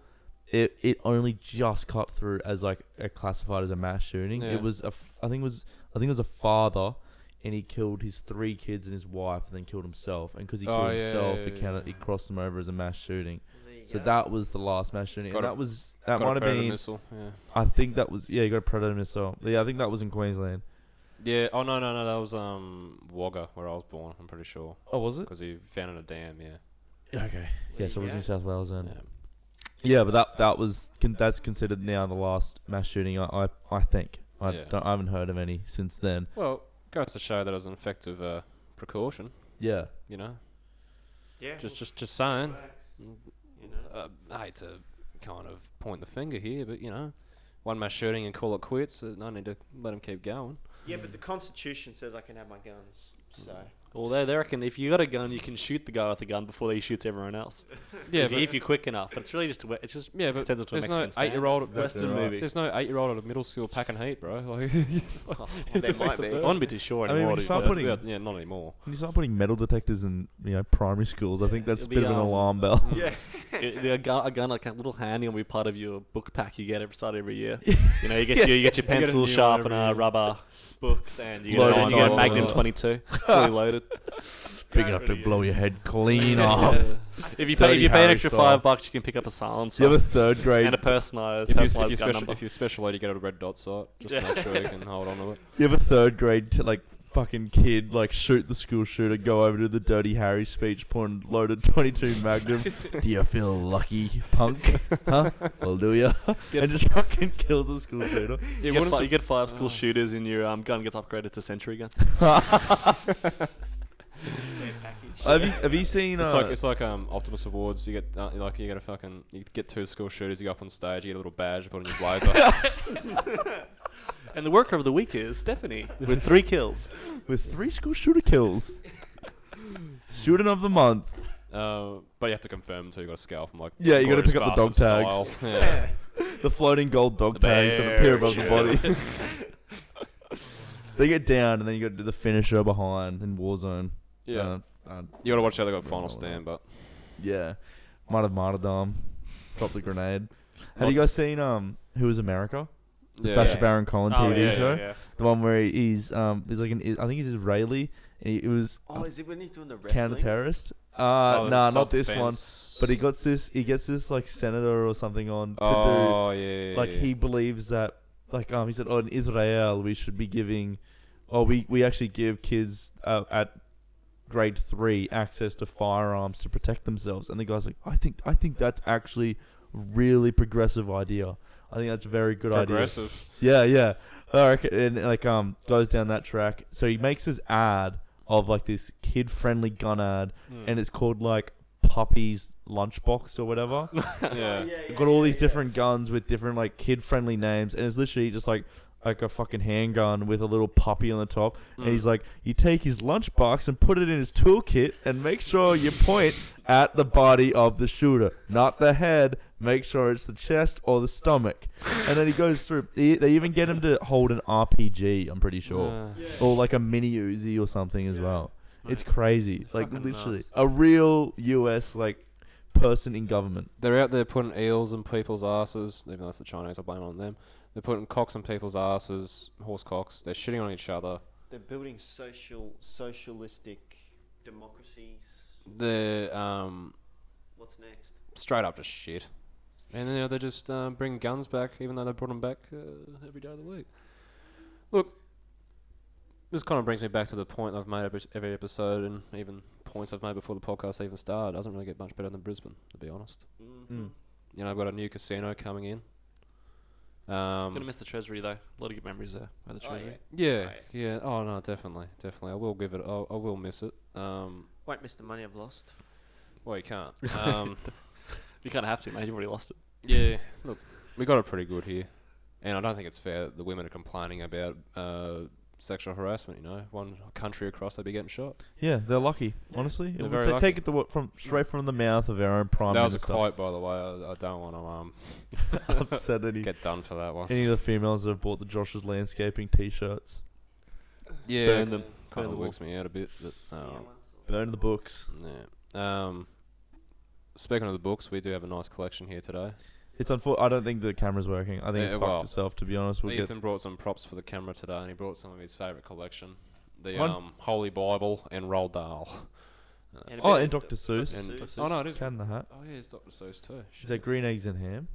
C: It it only just cut through as like uh, classified as a mass shooting.
A: Yeah.
C: It was a f- I think it was I think it was a father, and he killed his three kids and his wife, and then killed himself. And because he
A: Oh,
C: killed
A: yeah,
C: himself,
A: yeah,
C: it
A: yeah,
C: counted,
A: yeah.
C: it crossed him over as a mass shooting.
D: There you
C: So
D: go.
C: that was the last mass shooting.
A: Got
C: and
A: a-
C: that was that
A: Got a
C: might have
A: predator
C: been.
A: missile. Yeah.
C: I think that was yeah. You got a predator missile. Yeah, I think that was in Queensland.
A: Yeah. Oh no no no, that was um Wagga where I was born. I'm pretty sure
C: Oh, was it?
A: because he found it in a dam. Yeah.
C: Okay.
D: There
C: Yeah, so it
D: you
C: was
D: go.
C: New South Wales then.
A: yeah.
C: Yeah, but that that was con- that's considered now the last mass shooting. I I, I think I
A: Yeah.
C: don't I haven't heard of any since then.
A: Well, goes to show that it was an effective uh, precaution.
C: Yeah,
A: You know,
D: yeah,
A: just
D: well,
A: just just saying.
D: facts,
A: Mm,
D: you know.
A: Uh, I hate to kind of point the finger here, but you know, one mass shooting and call it quits. uh, No need to let him keep going.
D: Yeah, but the Constitution says I can have my guns. So
B: Well, they, they reckon if you got a gun, you can shoot the guy with the gun before he shoots everyone else.
A: Yeah,
B: if,
A: but,
B: you, if you're quick enough. But it's really just a, we- it's just
A: yeah, but
B: turns into a
A: there's no
B: Mexican stand.
A: eight-year-old.
C: That's
B: Western
C: right.
B: movie.
A: There's no eight-year-old at a middle school packing heat, bro. Like,
B: Oh,
D: there might be.
B: I wouldn't be too sure
C: I mean,
B: anymore.
C: we
B: to be
C: start
B: fair.
C: putting-
A: yeah, yeah, not anymore.
C: when you start putting metal detectors in you know primary schools, I think that's a
B: It'll be,
C: bit of an
B: um,
C: alarm bell.
D: yeah,
B: It- the- a, gun, a gun, like a little handy, will be part of your book pack you get every start every year. You know, you get your you get
A: You get a
B: your pencil
A: new one every
B: sharpener,
A: year.
B: rubber, books, and you get,
C: Loaded
B: and you get a
C: gun.
B: Magnum 22 fully loaded.
C: Big enough to blow your head clean off.
B: If you pay, if
C: Dirty
B: you pay an
C: Harry
B: extra
C: style.
B: five bucks, you can pick up a silencer
C: You have a third grade.
B: and a personalized,
A: If you, if,
B: personalized
A: you
B: gun
A: special,
B: number.
A: if you special aid, you get a red dot sight. Just to make sure you can hold on to it.
C: You have a third grade t- like fucking kid like shoot the school shooter, go over to the Dirty Harry speech point, loaded twenty two Magnum. do you feel lucky, punk? Huh? Well, do ya? and just fucking kills the school shooter.
B: You,
A: It
B: get
A: wouldn't
B: fi-
A: su-
B: you get five school
A: Oh.
B: shooters, and your um, gun gets upgraded to century gun.
D: Fair package.
C: Have you have you seen? Uh,
A: It's like it's like um Optimus Awards. You get uh, like you get a fucking you get two school shooters. You go up on stage. You get a little badge. You put on your blazer.
B: And the worker of the week is Stephanie with three kills.
C: with three school shooter kills. Student of the month.
A: Uh, but you have to confirm until you got a scalp. I'm like,
C: Yeah, you gotta
A: Glorious
C: pick up the dog
A: Bastard
C: tags.
A: style. Yeah.
C: The floating gold dog tags that appear above the
A: Bear
C: body. they get down, and then you got to do the finisher behind in Warzone.
A: yeah.
C: Uh, uh,
A: you gotta watch how they got
C: Yeah,
A: final
C: well,
A: stand, but
C: yeah. Might have martyrdom. Dropped the grenade. Have
A: Mod-
C: you guys seen um Who Is America? The
A: yeah.
C: Sacha Baron Cohen
B: Oh,
C: TV
B: yeah,
C: show.
B: Yeah,
C: The one where he's um he's like an I think he's Israeli. And he, it was
D: Oh, is it when he's doing the wrestling?
C: counter terrorist. Uh,
A: Oh,
C: nah, not this one.
A: self-defense.
C: But he got this. He gets this like senator or something on to do
A: Oh yeah.
C: like he believes that like um he said oh in Israel we should be giving oh we we actually give kids uh, at grade 3 access to firearms to protect themselves and the guy's like I think I think that's actually really progressive idea I think that's a very good idea
A: Progressive.
C: yeah yeah I reckon- and like um goes down that track so he makes this ad of like this kid friendly gun ad
A: Hmm.
C: and it's called like Puppy's Lunchbox or whatever
A: yeah.
D: yeah,
C: got all
D: yeah,
C: these
D: yeah.
C: different guns with different like kid friendly names and it's literally just like like a fucking handgun with a little puppy on the top and he's like you take his lunchbox and put it in his toolkit and make sure you point at the body of the shooter not the head make sure it's the chest or the stomach and then he goes through they they even get him to hold an rpg i'm pretty sure
A: Uh,
C: or like a mini Uzi or something as
D: Yeah.
C: well. It's
B: Mate,
C: crazy, like
B: fucking
C: literally
B: nuts.
C: a real U.S. like person in government.
A: They're out there putting eels in people's asses. Even though it's the Chinese, I blame it on them. They're putting cocks in people's asses, horse cocks. They're shitting on each other.
D: They're building social, socialistic democracies.
A: They're um,
D: What's next?
A: straight up just shit. And then you know, they just uh, bring guns back, even though they brought them back uh, every day of the week. Look, this kind of brings me back to the point I've made every, every episode, and even points I've made before the podcast even started. Doesn't really get much better than Brisbane, to be honest.
C: Mm.
D: Mhm.
A: You know, I've got a new casino coming in.
B: Gonna
A: Um,
B: miss the treasury though. A lot of good memories there. By the
D: Oh,
B: treasury.
D: yeah.
A: yeah,
D: Right.
A: yeah. Oh no, definitely, definitely. I will give it. I, I will miss it. Um,
D: Won't miss the money I've lost.
A: well, you can't. Um,
B: You kind of have to, mate. You've already lost it.
A: Yeah, look, we got it pretty good here, and I don't think it's fair that the women are complaining about uh, sexual harassment. You know, one country across they'd be getting shot.
C: Yeah, they're lucky.
D: Yeah.
C: Honestly,
A: They're
C: If we
A: very
C: ta-
A: lucky.
C: take it to what from straight from the mouth of our own prime
A: that was a
C: minister.
A: quote, by the way. I, I don't want to um
C: Said any
A: get done for that one.
C: any of the females that have bought the Josh's landscaping T-shirts.
A: Yeah,
B: Burn them.
A: kind
B: Burn
A: of
B: them
A: works me out a bit. But, um,
C: Burn the books.
A: yeah. Um, speaking of the books, we do have a nice collection here today.
C: It's unfor- I don't think the camera's working. I think
A: Yeah,
C: it's fucked
A: well,
C: itself. To be honest, we'll get
A: Ethan brought some props for the camera today, and he brought some of his favourite collection, the
C: Mine-
A: um, Holy Bible and Roald Dahl.
D: And a
C: Oh,
D: bit
C: and
D: of-
C: Dr. Seuss.
A: And-
D: Seuss.
A: oh no, it is.
C: can the hat.
A: Oh yeah, it's Dr. Seuss too.
C: Is
A: Shit.
C: that green eggs and ham?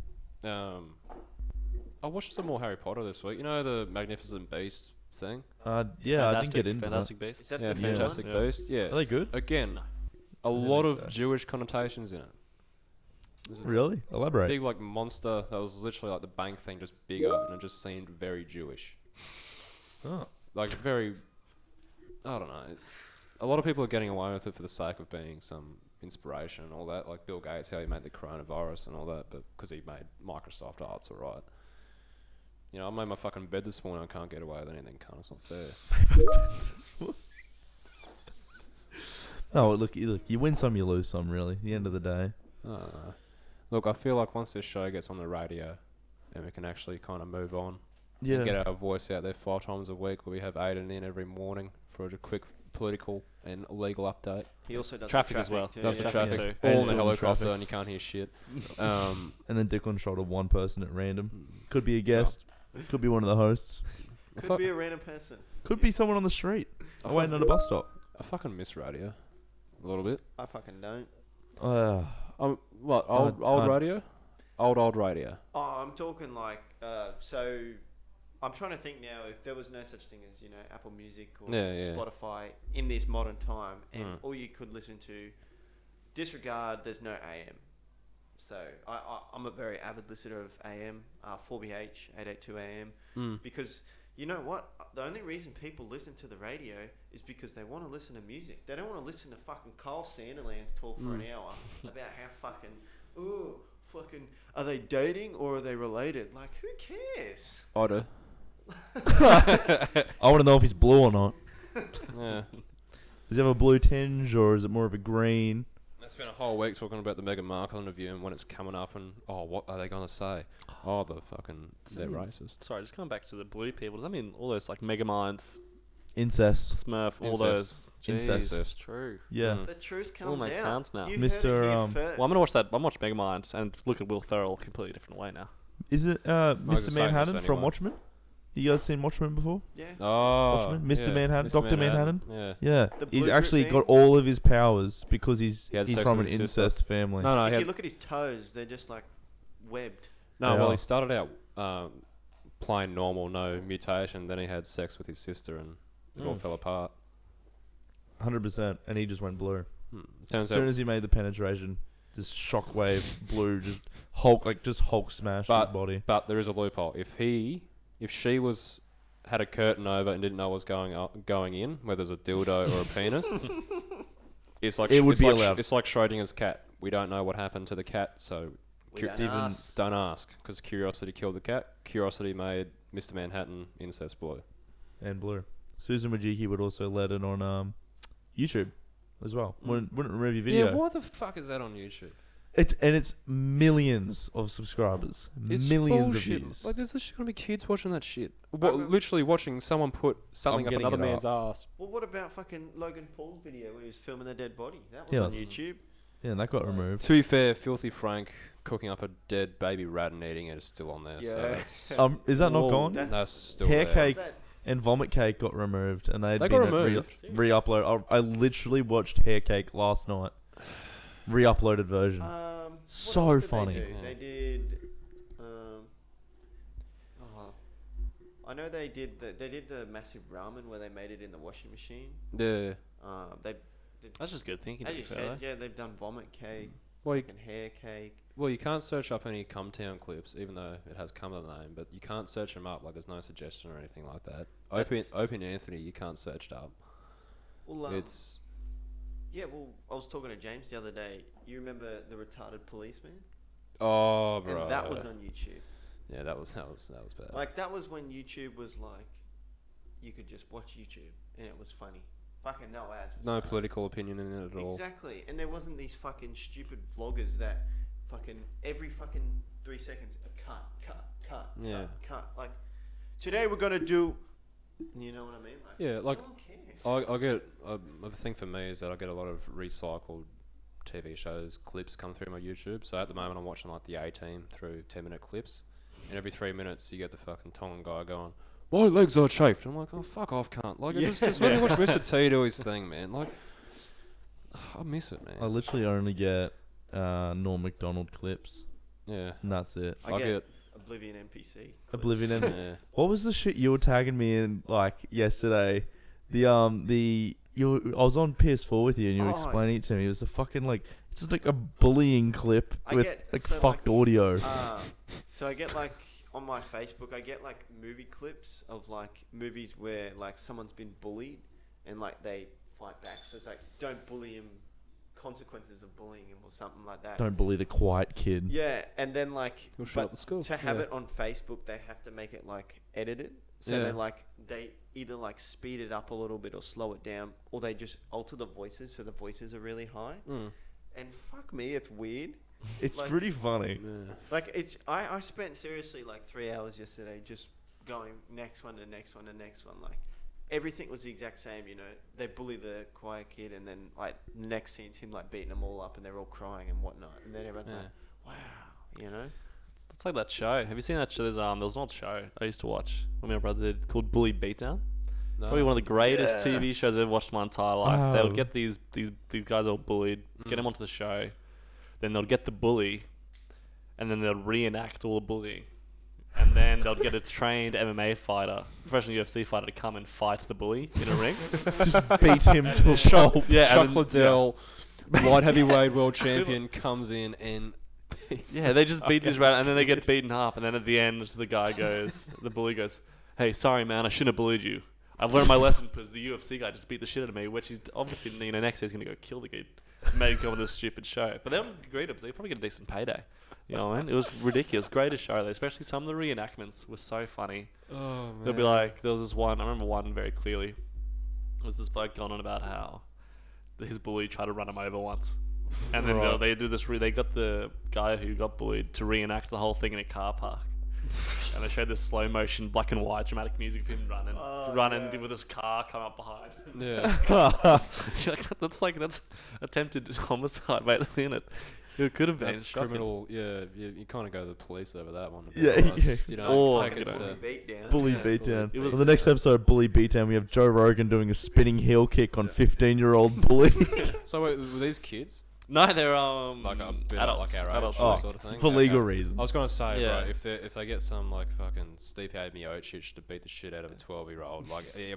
A: Um, I watched some more Harry Potter this week. You know the Magnificent Beast thing.
C: Uh, yeah, I didn't
B: Fantastic-
C: get into
B: Fantastic Beasts.
D: Is that
A: yeah,
D: the
C: new one?
A: Fantastic
B: Yeah.
A: Beast. Yeah.
C: that. Are they good?
A: Again, a
C: didn't
A: lot
C: think
A: of
C: so.
A: Jewish connotations in it. There's a
C: Really? Elaborate.
A: Big like monster that was literally like the bank thing, just bigger, and it just seemed very Jewish.
C: Oh.
A: Like very, I don't know. A lot of people are getting away with it for the sake of being some inspiration and all that. Like Bill Gates, how he made the coronavirus and all that, but because he made Microsoft, oh, it's alright. You know, I made my fucking bed this morning. I can't get away with anything, cunt. It's not fair.
C: No, look, you- look, you win some, you lose some. Really, At the end of the day.
A: I don't know. Look, I feel like once this show gets on the radio, and we can actually kind of move on, and get our voice out there five times a week. Where we have Aiden in every morning for a quick political and legal update.
D: He also does the
B: Traffic as well.
D: too,
A: That's
D: yeah.
A: the
B: traffic
A: traffic.
B: too.
A: All
C: And
A: in the
C: still in
A: helicopter,
C: traffic.
A: and you can't hear shit. Um,
C: and then dick on shoulder one person at random. Could be a guest.
A: Oh.
C: Could be one of the hosts.
A: I,
D: Could
A: fuck,
D: be a random person.
C: Could be someone on the street.
A: I
C: I'm waiting at a bus stop.
A: I fucking miss radio a little bit.
D: I fucking don't.
C: Uh,
A: Um, what old
C: Uh,
A: old
C: uh,
A: radio? Old old radio.
D: Oh, I'm talking like uh, so. I'm trying to think now if there was no such thing as you know Apple Music or
A: Yeah, yeah.
D: Spotify in this modern time, and
A: Mm.
D: all you could listen to, disregard there's no AM. So I, I, I'm a very avid listener of AM, uh, 4BH, 882 AM,
A: Mm.
D: because you know what? The only reason people listen to the radio is because they want to listen to music. They don't want to listen to fucking Carl Sanderlands talk for an
A: Mm.
D: hour about how fucking ooh fucking are they dating or are they related? Like who cares?
A: Otter.
C: I want to know if he's blue or not.
A: Yeah.
C: Does it have a blue tinge or is it more of a green?
A: I spent a whole week talking about the Meghan Markle interview and when it's coming up and oh, what are they gonna say? Oh, the fucking they're
B: Hmm.
A: racist.
B: Sorry, just coming back to the blue people. Does that mean all those like Megamind,
C: Incest.
B: Smurf, all those?
A: Incest.
B: Jeez,
A: Incest.
B: That's true.
C: Yeah.
A: Mm.
D: The truth comes
B: All makes
D: out.
B: sense now.
D: You
C: Mr.,
D: Heard it here
C: um,
D: first.
B: Well, I'm gonna watch that. I'm watch Megamind and look at Will Ferrell a completely different way now.
C: Is it uh,
A: was just
C: Mr.
A: saying
C: Manhattan
A: this
C: from
A: anyway.
C: Watchmen? You guys seen Watchmen before?
D: Yeah.
A: Oh,
C: Watchmen? Mr.
A: yeah,
C: Manhattan? Dr. Manhattan?
A: Yeah.
C: Yeah.
D: The blue
C: He's
D: drip
C: actually
D: man?
C: got all of his powers because he's
A: He had
C: he's
A: sex
C: from an
A: with his sister.
C: incest family.
A: No, no, he
D: if
A: had-
D: you look at his toes, they're just like webbed.
A: no.
C: They
A: Well,
C: are.
A: he started out um, plain normal, no mutation. Then he had sex with his sister, and it all
C: Mm.
A: fell apart.
C: 100%. And he just went blue.
A: Hmm.
C: As
A: Turns
C: soon
A: out,
C: as he made the penetration, just shockwave, blue, just Hulk, like just Hulk smashed his body.
A: but there is a loophole. If he, if she was had a curtain over and didn't know what was going up, going in, whether it's a dildo or a penis, it's like
C: It would
A: it's
C: be
A: like,
C: allowed.
A: It's like Schrodinger's cat. We don't know what happened to the cat, so
D: We
A: Cu-
D: don't
A: Steven-
D: ask.
A: don't ask because curiosity killed the cat. Curiosity made Mr. Manhattan incest blue.
C: and blue. Susan Wojcicki would also let it on um, YouTube as well. Wouldn't, wouldn't remove your video.
A: Hmm. Yeah, why the fuck is that on YouTube?
C: It's and it's millions of subscribers, millions of views.
A: Like, there's just gonna be kids watching that shit.
D: What-
A: literally watching someone put something up
C: getting
A: another
C: it
A: man's ass.
D: Well, what about fucking Logan Paul's video when he was filming the dead body? That was
C: Yeah.
D: on YouTube.
C: yeah, and that got removed.
A: To be fair, Filthy Frank cooking up a dead baby rat and eating it is still on there.
D: Yeah.
A: So that's,
C: Um, is that not
A: Whoa,
C: gone?
A: That's,
D: that- That's-
A: still
C: Hair
A: there.
C: cake. Like-
D: That-
C: and Vomit Cake got removed, and they'd
A: They
C: been
A: got
C: at re-
A: removed?
C: re-upload. I, I literally watched Hair Cake last night, re-uploaded version.
D: um, what
C: So
D: else did
C: funny.
D: They, do?
A: Yeah.
D: they did. Um, oh, I know they did. The, they did the massive ramen where they made it in the washing machine.
A: Yeah.
D: Uh, they,
B: That's just good thinking.
D: as you said, yeah, they've done vomit cake,
A: Well, you,
D: fucking hair cake.
A: well, you can't search up any Cumtown clips, even though it has cum in the name. But you can't search them up. Like, there's no suggestion or anything like that. Open,
D: That's-
A: Open Anthony, you can't search it up.
D: Well, um,
A: It's
D: yeah. Well, I was talking to James the other day. You remember the retarded policeman?
A: oh, bro.
D: And that was on YouTube.
A: yeah, that was that was that was bad.
D: Like that was when YouTube was like, you could just watch YouTube and it was funny. Fucking no ads. was
A: no
D: ads.
A: political opinion in it at all.
D: Exactly, and there wasn't these fucking stupid vloggers that fucking every fucking three seconds a cut, cut, cut,
A: Yeah.
D: cut, cut. Like today we're gonna do. You know what I mean? Like,
A: Yeah, like
D: no one cares.
A: I, I get a, a thing for me is that I get a lot of recycled TV shows clips come through my YouTube. So at the moment I'm watching like the A Team through ten minute clips, and every three minutes you get the fucking Tongan guy going, "My legs are chafed." I'm like, "Oh fuck off, cunt!" Like
D: Yeah.
A: just, just let me watch Mr. T do his thing, man. Like I miss it, man.
C: I literally only get uh, Norm Macdonald clips,
A: yeah,
C: and that's it.
D: I
A: I
D: get
A: get
D: Oblivion NPC.
C: Oblivion
D: clips.
C: NPC.
A: yeah.
C: What was the shit you were tagging me in like yesterday? The um the you were, I was on PS4 with you and you were
D: Oh.
C: explaining it to me. It was a fucking like it's just like a bullying clip
D: I
C: with
D: get-
C: like
D: so, like,
C: fucked audio.
D: Um, so I get like on my Facebook, I get like movie clips of like movies where like someone's been bullied and like they fight back. So it's like don't bully him, consequences of bullying him or something like that.
C: Don't bully the quiet kid.
D: Yeah, and then like
A: You'll shut
D: but
A: up at school.
D: to have
A: Yeah.
D: it on Facebook, they have to make it like edited. So
A: Yeah.
D: they like they either like speed it up a little bit or slow it down, or they just alter the voices so the voices are really high.
A: Mm.
D: And fuck me, it's weird.
C: It's
D: Like-
C: pretty funny.
A: yeah.
D: Like it's I, I spent seriously like three hours yesterday just going next one to next one to next one. Like everything was the exact same, you know. They bully the choir kid and then like the next scene's him like beating them all up and they're all crying and whatnot. And then everyone's
A: Yeah.
D: like, Wow, you know?
B: It's like that show. Have you seen that show? There's um, there was an old show I used to watch when my brother did called Bully Beatdown.
A: No.
B: Probably one of the greatest
D: Yeah.
B: TV shows I've ever watched in my entire life. They
C: Oh.
B: would get these these these guys all bullied, get them onto the show, then they'll get the bully, and then they'll reenact all the bullying, and then they'll get a trained MMA fighter, professional UFC fighter, to come and fight the bully in a ring.
C: just beat him to a pulp.
B: yeah, and then-
A: Chuck Liddell, light heavyweight world champion, comes in and
B: Yeah, they just beat this rat, and then they get beaten up, and then at the end, the guy goes, the bully goes, "Hey, sorry, man, I shouldn't have bullied you. I've learned my lesson because the UFC guy just beat the shit out of me, which is obviously, you know, next he's gonna go kill the kid, made him go on this stupid show. But they don't greet him, so they probably get a decent payday. You know what I mean? It was ridiculous. Greatest show though, especially some of the reenactments were so funny.
A: Oh, man.
B: They'll be like, there was this one. I remember one very clearly. It was this bloke going on about how his bully tried to run him over once. And then they'll- they do this. Re- they got the guy who got bullied to reenact the whole thing in a car park, and they showed this slow motion, black and white, dramatic music of him running,
D: Oh,
B: running
D: yeah.
B: with his car come up behind.
A: Yeah.
B: that's like that's attempted homicide, mate. Isn't it? It could have been
A: That's
B: shocking.
A: criminal. Yeah, you, you kind of go to the police over that one. a bit,
C: Yeah,
A: otherwise,
C: yeah.
A: Oh, You know,
B: Or-
A: take it
B: Bully
A: to-
D: beat down.
C: Bully
A: Yeah,
C: beatdown.
B: It
C: Well,
B: was-
C: the next episode of Bully beatdown, we have Joe Rogan doing a spinning heel kick on fifteen-year-old bully.
A: So wait, were these kids
B: No, they're um
A: like a bit
B: adults.
A: like our age,
B: adults.
C: Oh,
A: sort of thing?
C: for legal
A: Okay.
C: reasons.
A: I was gonna say,
B: Yeah.
A: right, if they if they get some like fucking Steve Miocic to beat the shit out of a twelve year old, like yeah,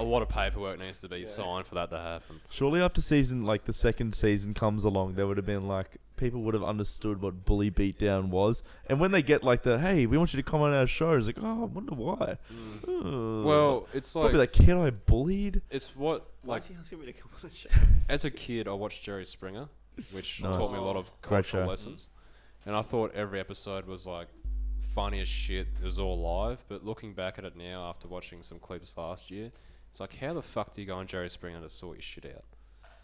A: a lot of paperwork needs to be signed for that to happen.
C: Surely after season, like the second season comes along, there would have been like people would have understood what bully beatdown was. And when they get like the hey, we want you to come on our show, it's like oh, I wonder why. Ugh.
A: Well, it's like
C: Mm. probably that kid I bullied.
A: it's what
D: Why
A: like
D: is he asking me to come on the show?
A: as a kid I watched Jerry Springer, which
C: Nice.
A: taught me a lot of
C: Great
A: cultural
C: show.
A: lessons, and I thought every episode was like funny as shit. It was all live, but looking back at it now after watching some clips last year, it's like how the fuck do you go on Jerry Springer to sort your shit out?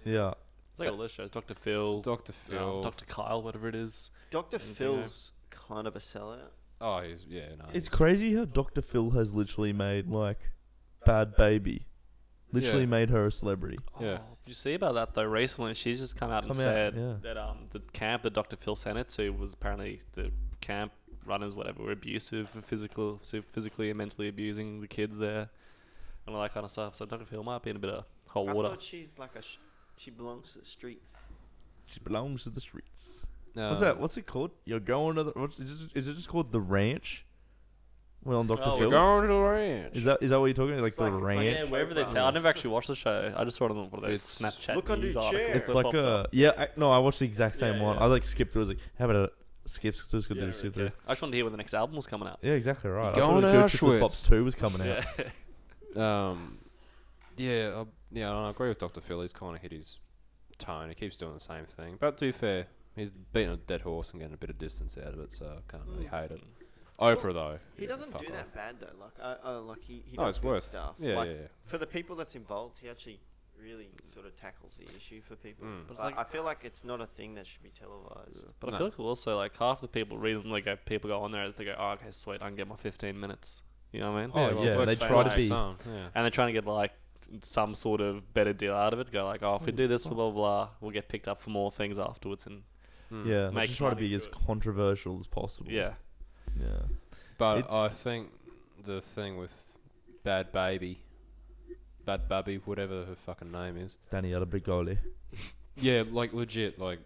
C: Yeah,
B: It's like all those shows, Doctor Phil,
A: Doctor
B: um,
A: Phil.
B: Doctor Kyle, whatever it is.
D: Dr.
B: Anything
D: Phil's kind of a sellout.
A: Oh, he's, yeah, no.
C: it's
A: he's-
C: crazy how Dr. Phil has literally made like Bad Baby, literally
A: Yeah.
C: made her a celebrity.
A: Yeah.
B: Oh, did you see about that though? Recently, she's just come out and
C: Come out,
B: said
C: yeah.
B: that um the camp that Dr. Phil sent her to was apparently the camp runners, whatever, were abusive, physical, physically and mentally abusing the kids there, and all that kind of stuff. So Dr. Phil might be in a bit of hot
D: I
B: water.
D: thought she's like a. Sh- she belongs to the streets.
C: She belongs to the streets.
A: no.
C: What's that? What's it called? You're going to the. What's, is, it, is it just called the ranch? Well, on Dr.
B: Oh,
A: We're
C: Phil.
A: going to the ranch.
C: Is that is that what you're talking? Like
D: It's
C: the
D: like- it's like,
C: ranch?
B: Yeah, wherever they
D: Chopra.
B: say, I never actually watched the show. I just saw it on one of those
A: It's-
B: Snapchat
D: Look under
B: news
D: your chair.
B: articles
C: It's
B: that
C: like
B: popped
C: a
B: up.
C: yeah. I, no, I watched the exact same
B: Yeah,
C: one.
B: yeah.
C: I like skipped through. I was like, how about a skip, skip, skip, skip,
B: Yeah,
C: through, skip
B: okay.
C: through.
B: I just wanted to hear when the next album was coming out.
C: Yeah, exactly right. I
A: Going
C: thought
A: to
C: it was Dirty Flip
A: Auschwitz.
C: Flops Two was coming out.
B: Yeah.
A: Um, yeah, I, yeah, I agree with Doctor Phil. He's kind of hit his tone. He keeps doing the same thing. But to be fair, he's beating a dead horse and getting a bit of distance out of it, so I can't really hate it. Oprah though,
D: He
A: yeah,
D: doesn't
A: fuck
D: do
A: off.
D: that bad though. Like, I, I like he, he
A: No,
D: does
A: it's
D: good
A: worth.
D: stuff.
A: Yeah,
D: like,
A: yeah,
C: Oh,
A: yeah.
D: For the people that's involved, he actually really sort of tackles the issue for people.
A: Mm.
B: But it's
D: I-
B: like-
D: I feel like it's not a thing that should be televised.
B: But I
A: No.
B: feel like also like half the people reason they go people go on there is they go, Oh okay, sweet, I can get my fifteen minutes. You know what I mean?
C: Oh, Yeah, well, yeah,
A: it's
C: they
A: worth
B: fine.
C: try to
A: saying
C: be-
A: some, yeah.
B: and they're trying to get like some sort of better deal out of it. Go like, Oh if we do this for blah blah blah, we'll get picked up for more things afterwards and
A: Mm.
C: Yeah,
B: Make
C: like, just try to
B: money through
C: be as
B: it.
C: controversial as possible.
B: yeah.
C: yeah.
A: But
C: It's-
A: I think the thing with Bad Baby, Bad Baby, whatever her fucking name is,
C: Danny had a big goalie.
A: yeah, like legit, like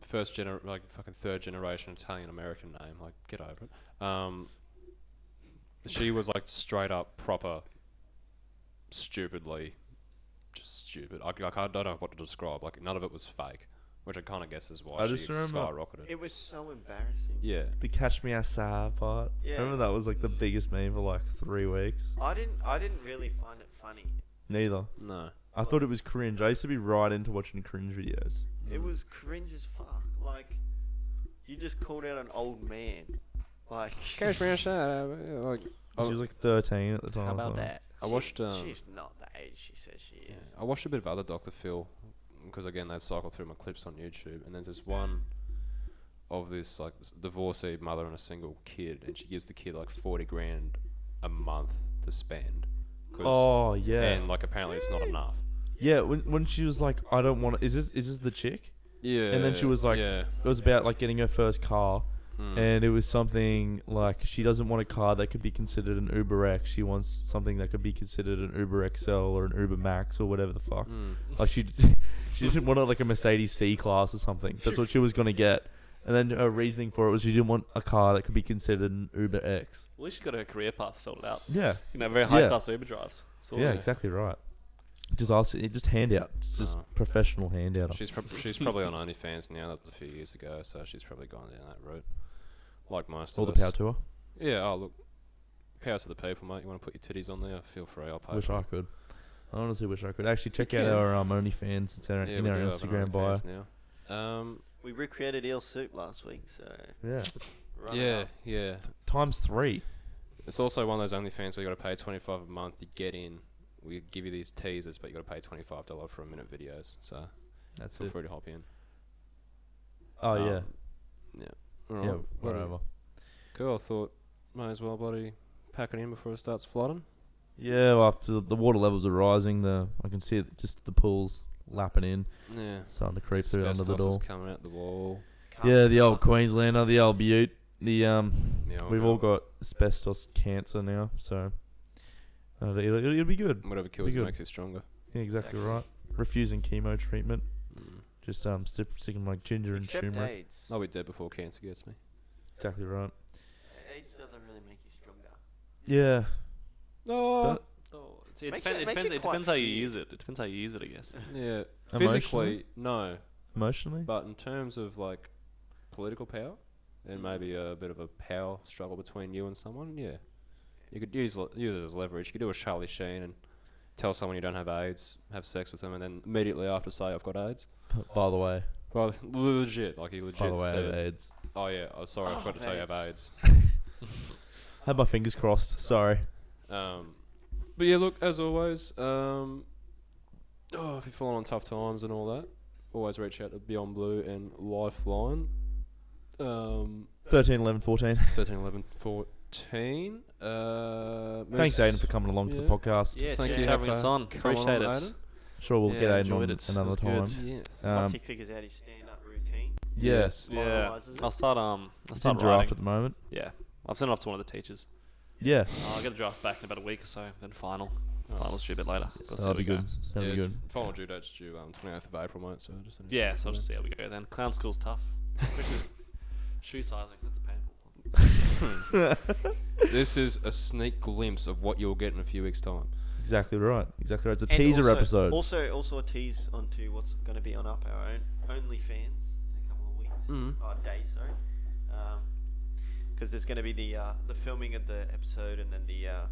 A: first gener, like fucking third generation Italian American name. Like, get over it. Um, she was like straight up proper, stupidly, just stupid. I, like, I don't know what to describe. Like, none of it was fake, which I kind of guess is why
C: I
A: she
C: just remember-
A: skyrocketed.
D: It was so embarrassing.
A: yeah,
C: The catch me outside part.
D: Yeah.
C: Remember that was like the biggest meme for like three weeks.
D: I didn't. I didn't really find it funny.
C: Neither.
A: no.
C: I thought it was cringe. I used to be right into watching cringe videos.
D: It was cringe as fuck. Like, you just called out an old man. Like,
A: like, Oh.
C: She was like 13 at the time.
B: How about
C: so-
B: that?
A: I
D: she-
A: watched. Um,
D: she's not the age she says she
A: Yeah,
D: is.
A: I watched a bit of other Doctor Phil because again they cycle through my clips on YouTube, and there's this one of this like s- divorcee mother and a single kid, and she gives the kid like forty grand a month to spend. 'cause-
C: Oh yeah.
A: and like apparently it's not enough.
C: yeah. When, when she was like, I don't want. to Is this is this the chick?
A: Yeah,
C: And then she was like, "Eh,
A: yeah,
C: It was about like getting her first car,
A: Mm.
C: and it was something like she doesn't want a car that could be considered an Uber X. She wants something that could be considered an Uber XL or an Uber Max or whatever the fuck.
A: Mm.
C: Like she, she didn't want like a Mercedes C class or something. That's what she was gonna get. And then her reasoning for it was she didn't want a car that could be considered an Uber X.
B: At least she got her career path sorted out.
C: Yeah,
B: You know, very high
C: Yeah.
B: class Uber drives. So
C: yeah, exactly right. Just ask, just handout, It's just
A: Oh.
C: professional handout.
A: she's prob- she's probably on OnlyFans now. That was a few years ago, so she's probably gone down that route, like most.
C: All
A: of
C: the
A: us.
C: power to her.
A: Yeah. Oh look, power to the people, mate. You want to put your titties on there? Feel free. I'll pay.
C: Wish
A: for
C: I
A: it.
C: could. I honestly wish I could. Actually, check out
A: can.
C: our um, OnlyFans. It's our,
A: Yeah,
C: in
A: we
C: our
A: do have an
C: Instagram bio.
A: OnlyFans Now. Um,
D: We recreated eel soup last week, so.
C: Yeah.
D: run it
A: yeah,
D: up.
A: yeah.
C: Times three.
A: It's also one of those OnlyFans where you got to pay twenty five a month to get in, we give you these teasers, but you got to pay twenty five dollar for a minute videos. So
C: That's
A: feel
C: it.
A: free to hop in.
C: Oh yeah,
A: Um, yeah. All
C: yeah.
A: right, bloody
C: Whatever.
A: Cool. I thought might as well bloody pack it in before it starts flooding.
C: Yeah, well, the, the water levels are rising. The I can see it, just the pools lapping in,
A: Yeah.
C: starting to creep through under the
A: Asbestos is
C: door.
A: coming out the wall.
C: Yeah, the old Queenslander, the old Butte, the um,
A: Yeah,
C: we've all got asbestos cancer now, so uh, it'll, it'll, it'll be good.
A: whatever
C: be
A: kills you
C: good.
A: makes you stronger.
C: Yeah, exactly
D: Actually.
C: right. Refusing chemo treatment,
A: Mm.
C: just um, sti- sticking like ginger and
D: Except
C: turmeric.
D: AIDS.
A: I'll be dead before cancer gets me.
C: Exactly right.
D: AIDS doesn't really make you stronger.
C: Yeah,
A: No.
C: But-
B: Oh, it, it
D: Makes
B: depends.
D: it-
B: It, depends,
D: makes it
B: it
D: quite
B: depends how you
D: clear.
B: use it. It depends how you use it, I guess.
A: Yeah.
C: Emotionally?
A: Physically, no.
C: emotionally.
A: But in terms of like political power and maybe a bit of a power struggle between you and someone, yeah, you could use le- use it as leverage. You could do a Charlie Sheen and tell someone you don't have AIDS, have sex with them, and then immediately after say I've got AIDS.
C: By the way,
A: Well, legit, like he legit
C: by the way, I have
A: said,
C: AIDS.
A: "Oh yeah, oh, sorry,
D: Oh,
A: I forgot to tell you I have AIDS."
C: Had my fingers crossed. Sorry.
A: Um, but yeah, look, as always, um, oh, if you're falling on tough times and all that, always reach out to Beyond Blue and Lifeline. Um,
C: 13, 11, 14.
A: 13, 11, 14. Uh,
C: Thanks, Aiden, for coming along to the
A: Yeah.
C: podcast.
B: yeah,
A: Thank
B: thanks
A: you
B: for having
A: for
B: us on.
A: coming on,
B: Appreciate it.
A: Aiden.
C: Sure, we'll
B: Yeah,
C: get Aiden
B: enjoyed
C: on
B: it. It
C: another
B: was
C: time.
B: good.
A: Yes.
D: Once
C: Um,
D: he figures out his stand-up routine,
C: yes,
B: Yeah.
D: finalises
B: I'll
D: it.
B: start. Um, I'll
C: it's in
B: start
C: draft
B: drafting.
C: at the moment.
B: Yeah, I've sent it off to one of the teachers.
C: Yeah,
B: I'll Oh, get a draft back in about a week or so. Then final. Finals should be a bit later. but I'll see
C: that'll
B: how
C: be
B: we go.
C: good. That'll be
A: Yeah,
C: good.
A: Final due date's due um, 28th of April, mate. So just
B: Yeah, so I'll just see how we go then. Clown school's tough. Which is shoe sizing. That's painful.
A: this is a sneak glimpse of what you'll get in a few weeks' time.
C: Exactly right. Exactly right. It's a
D: And
C: teaser
D: also,
C: episode.
D: Also, also a tease onto what's going to be on up our own OnlyFans in a couple of weeks
A: Mhm.
C: Mm-hmm.
D: or days, sorry. Because there's going to be the uh, the filming of the episode and then the uh,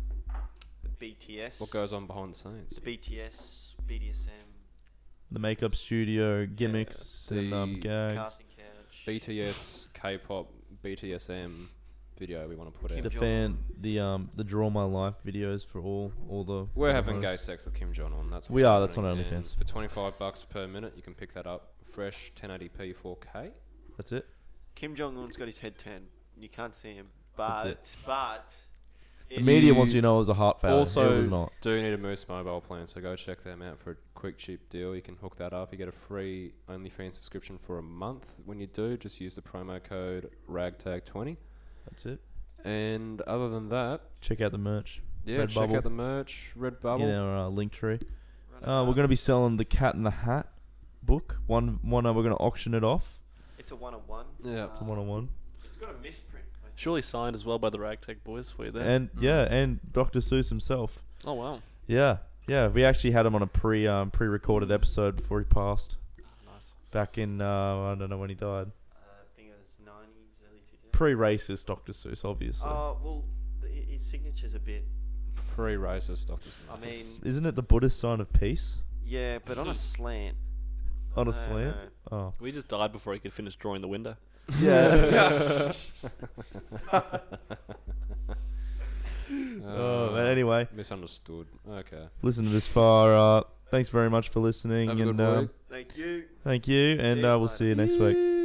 D: the BTS.
A: What goes on behind the scenes?
D: The BTS, BDSM,
C: the makeup studio gimmicks
A: Yeah.
C: and um,
A: The
C: gags.
D: casting couch.
A: BTS, K-pop, BTSM video we want to put
D: Kim
C: The
A: out.
D: Jong-
C: fan, the um, the draw my life videos for all all the. all
A: We're
C: the
A: having gay
C: hosts.
A: sex with Kim Jong Un. That's
C: We
A: what's
C: are, that's
A: happening,
C: on
A: and
C: OnlyFans.
A: For 25 bucks per minute, you can pick that up fresh 1080p 4K.
C: That's it.
D: Kim Jong Un's got his head turned. You can't see him, but
C: it.
D: but
C: The media
A: You-
C: wants you to know it was a heart failure. it
A: Also-
C: was not.
A: Do you need a Moose mobile plan? So go check them out for a quick, cheap deal. You can hook that up. You get a free OnlyFans subscription for a month. When you do, just use the promo code RAGTAG20.
C: That's it.
A: And other than that,
C: Check out the merch.
A: yeah, check
C: Redbubble.
A: out the merch, Redbubble.
C: In our uh, link tree. Uh, we're going to be selling the Cat in the Hat book. One one. Uh, we're going to auction it off.
D: It's a one on one.
A: Yeah. It's
C: It's a one on one.
D: It's got a misprint. I think.
B: Surely signed as well by the Ragtag boys. Were you there?
C: And
A: Hmm.
C: yeah, and Dr. Seuss himself.
B: oh wow,
C: Yeah, yeah. We actually had him on a pre um, pre recorded episode before he passed
B: nice.
C: back in uh, I don't know when he died.
D: Uh, I think it was nineties, early two thousands.
C: Pre racist Dr. Seuss, obviously.
A: Oh.
D: Uh, well, the, hi- his signature's a bit.
A: Pre racist, Dr.
D: I mean,
C: Isn't it the Buddhist sign of peace?
D: yeah, but on a slant.
C: On a
D: I don't
C: slant?
D: know.
C: Oh,
B: We just died before he could finish drawing the window.
C: yeah.
A: Uh,
C: oh, but anyway,
A: Misunderstood. Okay.
C: listen to this far. Uh, thanks very much for listening,
A: Have a
C: and
A: good
C: um,
A: week.
D: Thank you.
C: thank you,
D: See
C: and
D: you
C: uh, we'll
D: later.
C: see you next week.